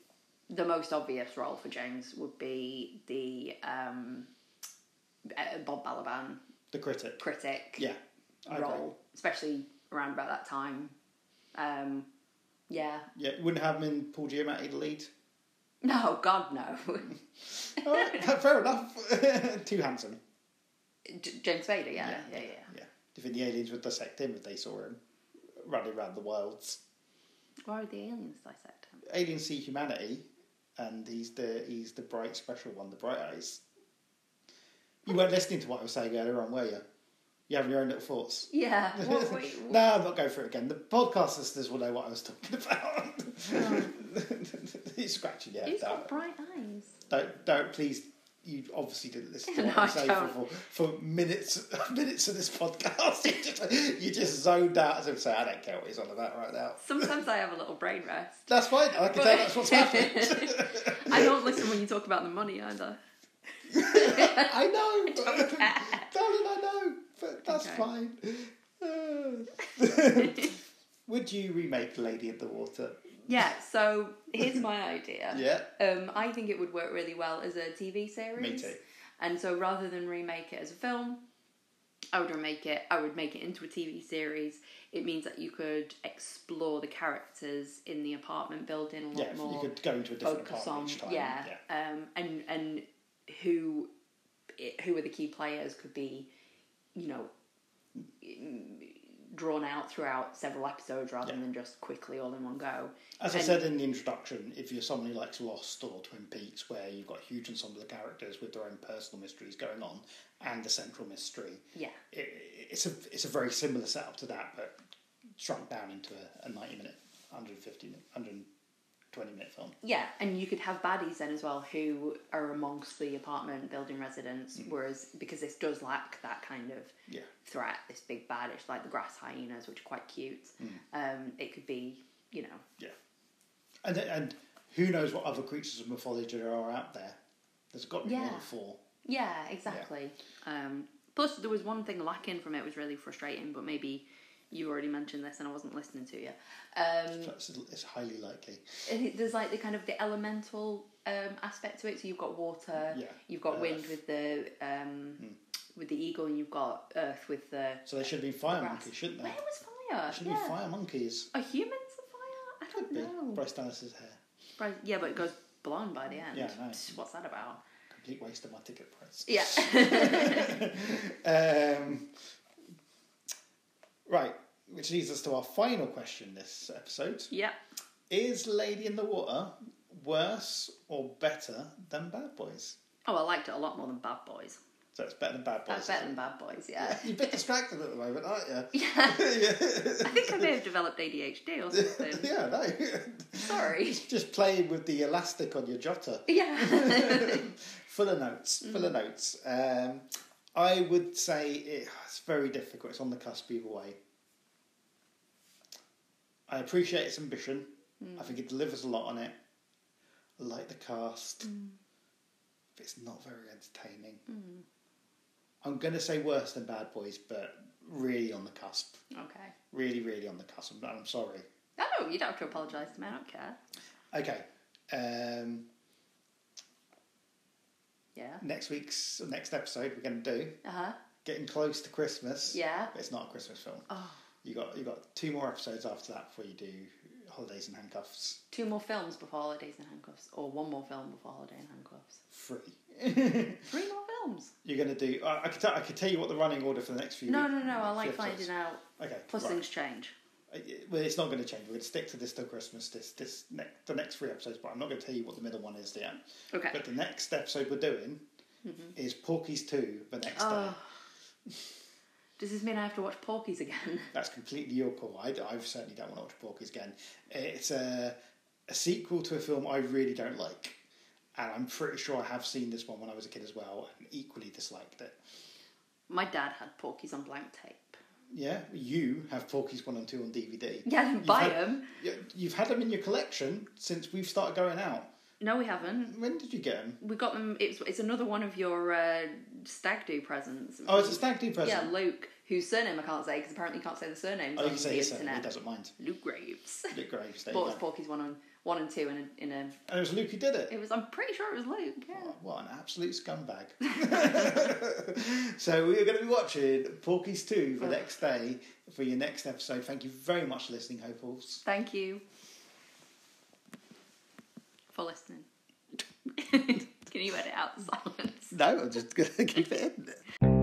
Speaker 2: the most obvious role for James would be the um, uh, Bob Balaban
Speaker 1: The critic.
Speaker 2: critic
Speaker 1: Yeah. I agree.
Speaker 2: role, especially around about that time. Um, yeah,
Speaker 1: Yeah. Wouldn't have him in Paul Giamatti the lead.
Speaker 2: No, God, no.
Speaker 1: All right, fair enough. Too handsome.
Speaker 2: J- James Bailey, yeah, yeah, yeah.
Speaker 1: Yeah. Do you think the aliens would dissect him if they saw him running around the wilds?
Speaker 2: Why would the aliens dissect him?
Speaker 1: Aliens see humanity, and he's the he's the bright special one, the bright eyes. You weren't listening to what I was saying earlier on, were you? You having your own little thoughts.
Speaker 2: Yeah.
Speaker 1: no,
Speaker 2: What, wait,
Speaker 1: I'm not going for it again. The podcast listeners will know what I was talking about. He's scratching your head
Speaker 2: who's Oh. got
Speaker 1: out.
Speaker 2: bright eyes?
Speaker 1: Don't, don't, please. You obviously didn't listen to
Speaker 2: No,
Speaker 1: what I
Speaker 2: I
Speaker 1: say for,
Speaker 2: don't.
Speaker 1: for, for minutes minutes of this podcast. you, just, you just zoned out as if saying, I don't care what he's on about right now.
Speaker 2: Sometimes I have a little brain rest.
Speaker 1: That's fine. I can tell that's what's happening.
Speaker 2: I don't listen when you talk about the money either.
Speaker 1: I know. Darling, I know. But that's
Speaker 2: Okay.
Speaker 1: fine. Uh, Would you remake Lady in the Water?
Speaker 2: Yeah, so here's my idea.
Speaker 1: Yeah.
Speaker 2: Um, I think it would work really well as a TV series.
Speaker 1: Me too.
Speaker 2: And so rather than remake it as a film, I would remake it. I would make it into a TV series. It means that you could explore the characters in the apartment building a lot
Speaker 1: Yeah,
Speaker 2: more.
Speaker 1: you could go into a different
Speaker 2: focus
Speaker 1: apartment
Speaker 2: on
Speaker 1: each time.
Speaker 2: yeah, Um, and and who i- who are the key players could be you know drawn out throughout several episodes rather
Speaker 1: Yeah.
Speaker 2: than just quickly all in one go
Speaker 1: As I
Speaker 2: And-
Speaker 1: said in the introduction, if you're someone who likes Lost or Twin Peaks, where you've got a huge ensemble of characters with their own personal mysteries going on and the central mystery,
Speaker 2: yeah
Speaker 1: it, it's a it's a very similar setup to that, but shrunk down into a, a 90 minute, 150 minute, 120 minute film.
Speaker 2: yeah and you could have baddies then as well who are amongst the apartment building residents whereas because this does lack that kind of
Speaker 1: Yeah.
Speaker 2: threat this big bad it's like the grass hyenas which are quite cute um, it could be you know
Speaker 1: Yeah. And and who knows what other creatures of mythology there are out there? There's got to be more
Speaker 2: Yeah.
Speaker 1: than four.
Speaker 2: Yeah, exactly. Um, plus, there was one thing lacking from it was really frustrating, but maybe you already mentioned this and I wasn't listening to you. Um,
Speaker 1: That's, it's highly likely.
Speaker 2: it- there's like the kind of the elemental um, aspect to it. So you've got water,
Speaker 1: Yeah.
Speaker 2: you've got
Speaker 1: Earth.
Speaker 2: wind
Speaker 1: Hmm.
Speaker 2: with the um, with the eagle, and you've got earth with the.
Speaker 1: So they should be fire
Speaker 2: Grass.
Speaker 1: monkeys, shouldn't they?
Speaker 2: Where was fire?
Speaker 1: They should
Speaker 2: yeah.
Speaker 1: be fire monkeys.
Speaker 2: Are humans a fire? I don't
Speaker 1: Could be.
Speaker 2: know.
Speaker 1: Bryce Dallas's hair.
Speaker 2: Right, Yeah, but it goes blonde by the end.
Speaker 1: Yeah, I know.
Speaker 2: Psh, What's that about?
Speaker 1: Complete waste of my ticket price.
Speaker 2: Yeah.
Speaker 1: Um, right, which leads us to our final question this episode.
Speaker 2: yeah.
Speaker 1: Is Lady in the Water worse or better than Bad Boys?
Speaker 2: Oh, I liked it a lot more than Bad Boys.
Speaker 1: So it's better than Bad Boys.
Speaker 2: That's better than Bad Boys, yeah.
Speaker 1: You're a bit distracted at the moment, aren't you?
Speaker 2: I think I may have developed ADHD or something.
Speaker 1: Yeah, no.
Speaker 2: Sorry.
Speaker 1: Just playing with the elastic on your jotter.
Speaker 2: Yeah.
Speaker 1: full of notes, full of notes. Um, I would say it, it's very difficult. It's on the cusp either way. I appreciate its ambition. I think it delivers a lot on it. I like the cast. But it's not very entertaining. I'm going to say worse than Bad Boys, but really on the cusp.
Speaker 2: okay.
Speaker 1: Really, really on the cusp. And I'm sorry.
Speaker 2: No, no, you don't have to apologise to me. I don't care.
Speaker 1: Okay. Um,
Speaker 2: Yeah.
Speaker 1: next week's next episode, we're going to do
Speaker 2: Uh huh.
Speaker 1: getting close to Christmas.
Speaker 2: Yeah.
Speaker 1: But it's not a Christmas film.
Speaker 2: Oh,
Speaker 1: You got you got two more episodes after that before you do Holidays and Handcuffs
Speaker 2: two more films before Holidays and Handcuffs, or one more film before Holiday and Handcuffs.
Speaker 1: free.
Speaker 2: Three more films.
Speaker 1: You're gonna do. I, I could tell. I could tell you what the running order for the next few.
Speaker 2: No,
Speaker 1: week-
Speaker 2: no, no. I like
Speaker 1: few episodes.
Speaker 2: finding out.
Speaker 1: Okay.
Speaker 2: Plus,
Speaker 1: right.
Speaker 2: things change.
Speaker 1: Uh, Well, it's not going to change. We're going to stick to this till Christmas. This this next the next three episodes, but I'm not going to tell you what the middle one is yet.
Speaker 2: Okay.
Speaker 1: But the next episode we're doing is Porky's Two. The next day.
Speaker 2: Mm-hmm. Oh. Does this mean I have to watch Porky's again?
Speaker 1: That's completely your call. I, I certainly don't want to watch Porky's again. It's a, a sequel to a film I really don't like. And I'm pretty sure I have seen this one when I was a kid as well and equally disliked it.
Speaker 2: My dad had Porky's on blank tape.
Speaker 1: Yeah, you have Porky's 1 and 2 on DVD.
Speaker 2: Yeah, I didn't
Speaker 1: You've
Speaker 2: buy
Speaker 1: had-
Speaker 2: them.
Speaker 1: you- You've had them in your collection since we've started going out.
Speaker 2: No, we haven't.
Speaker 1: When did you get them?
Speaker 2: We got them. It's, it's another one of your uh, stag do presents.
Speaker 1: Oh, it's a stag do present.
Speaker 2: Yeah, Luke, whose surname I can't say because apparently you can't say the surnames
Speaker 1: oh,
Speaker 2: on
Speaker 1: you can say
Speaker 2: the
Speaker 1: his surname, he
Speaker 2: internet.
Speaker 1: doesn't mind.
Speaker 2: Luke Graves.
Speaker 1: Luke Graves, there you
Speaker 2: Bought us
Speaker 1: go.
Speaker 2: Porky's one on one and two in a, in a.
Speaker 1: And it was Luke who did it.
Speaker 2: It was. I'm pretty sure it was Luke. Yeah.
Speaker 1: What an absolute scumbag. so we are going to be watching Porky's 2 the next day for your next episode. Thank you very much for listening, Hopefuls.
Speaker 2: Thank you for listening.
Speaker 3: Can you edit out the silence?
Speaker 2: No, I'm just going to keep it in.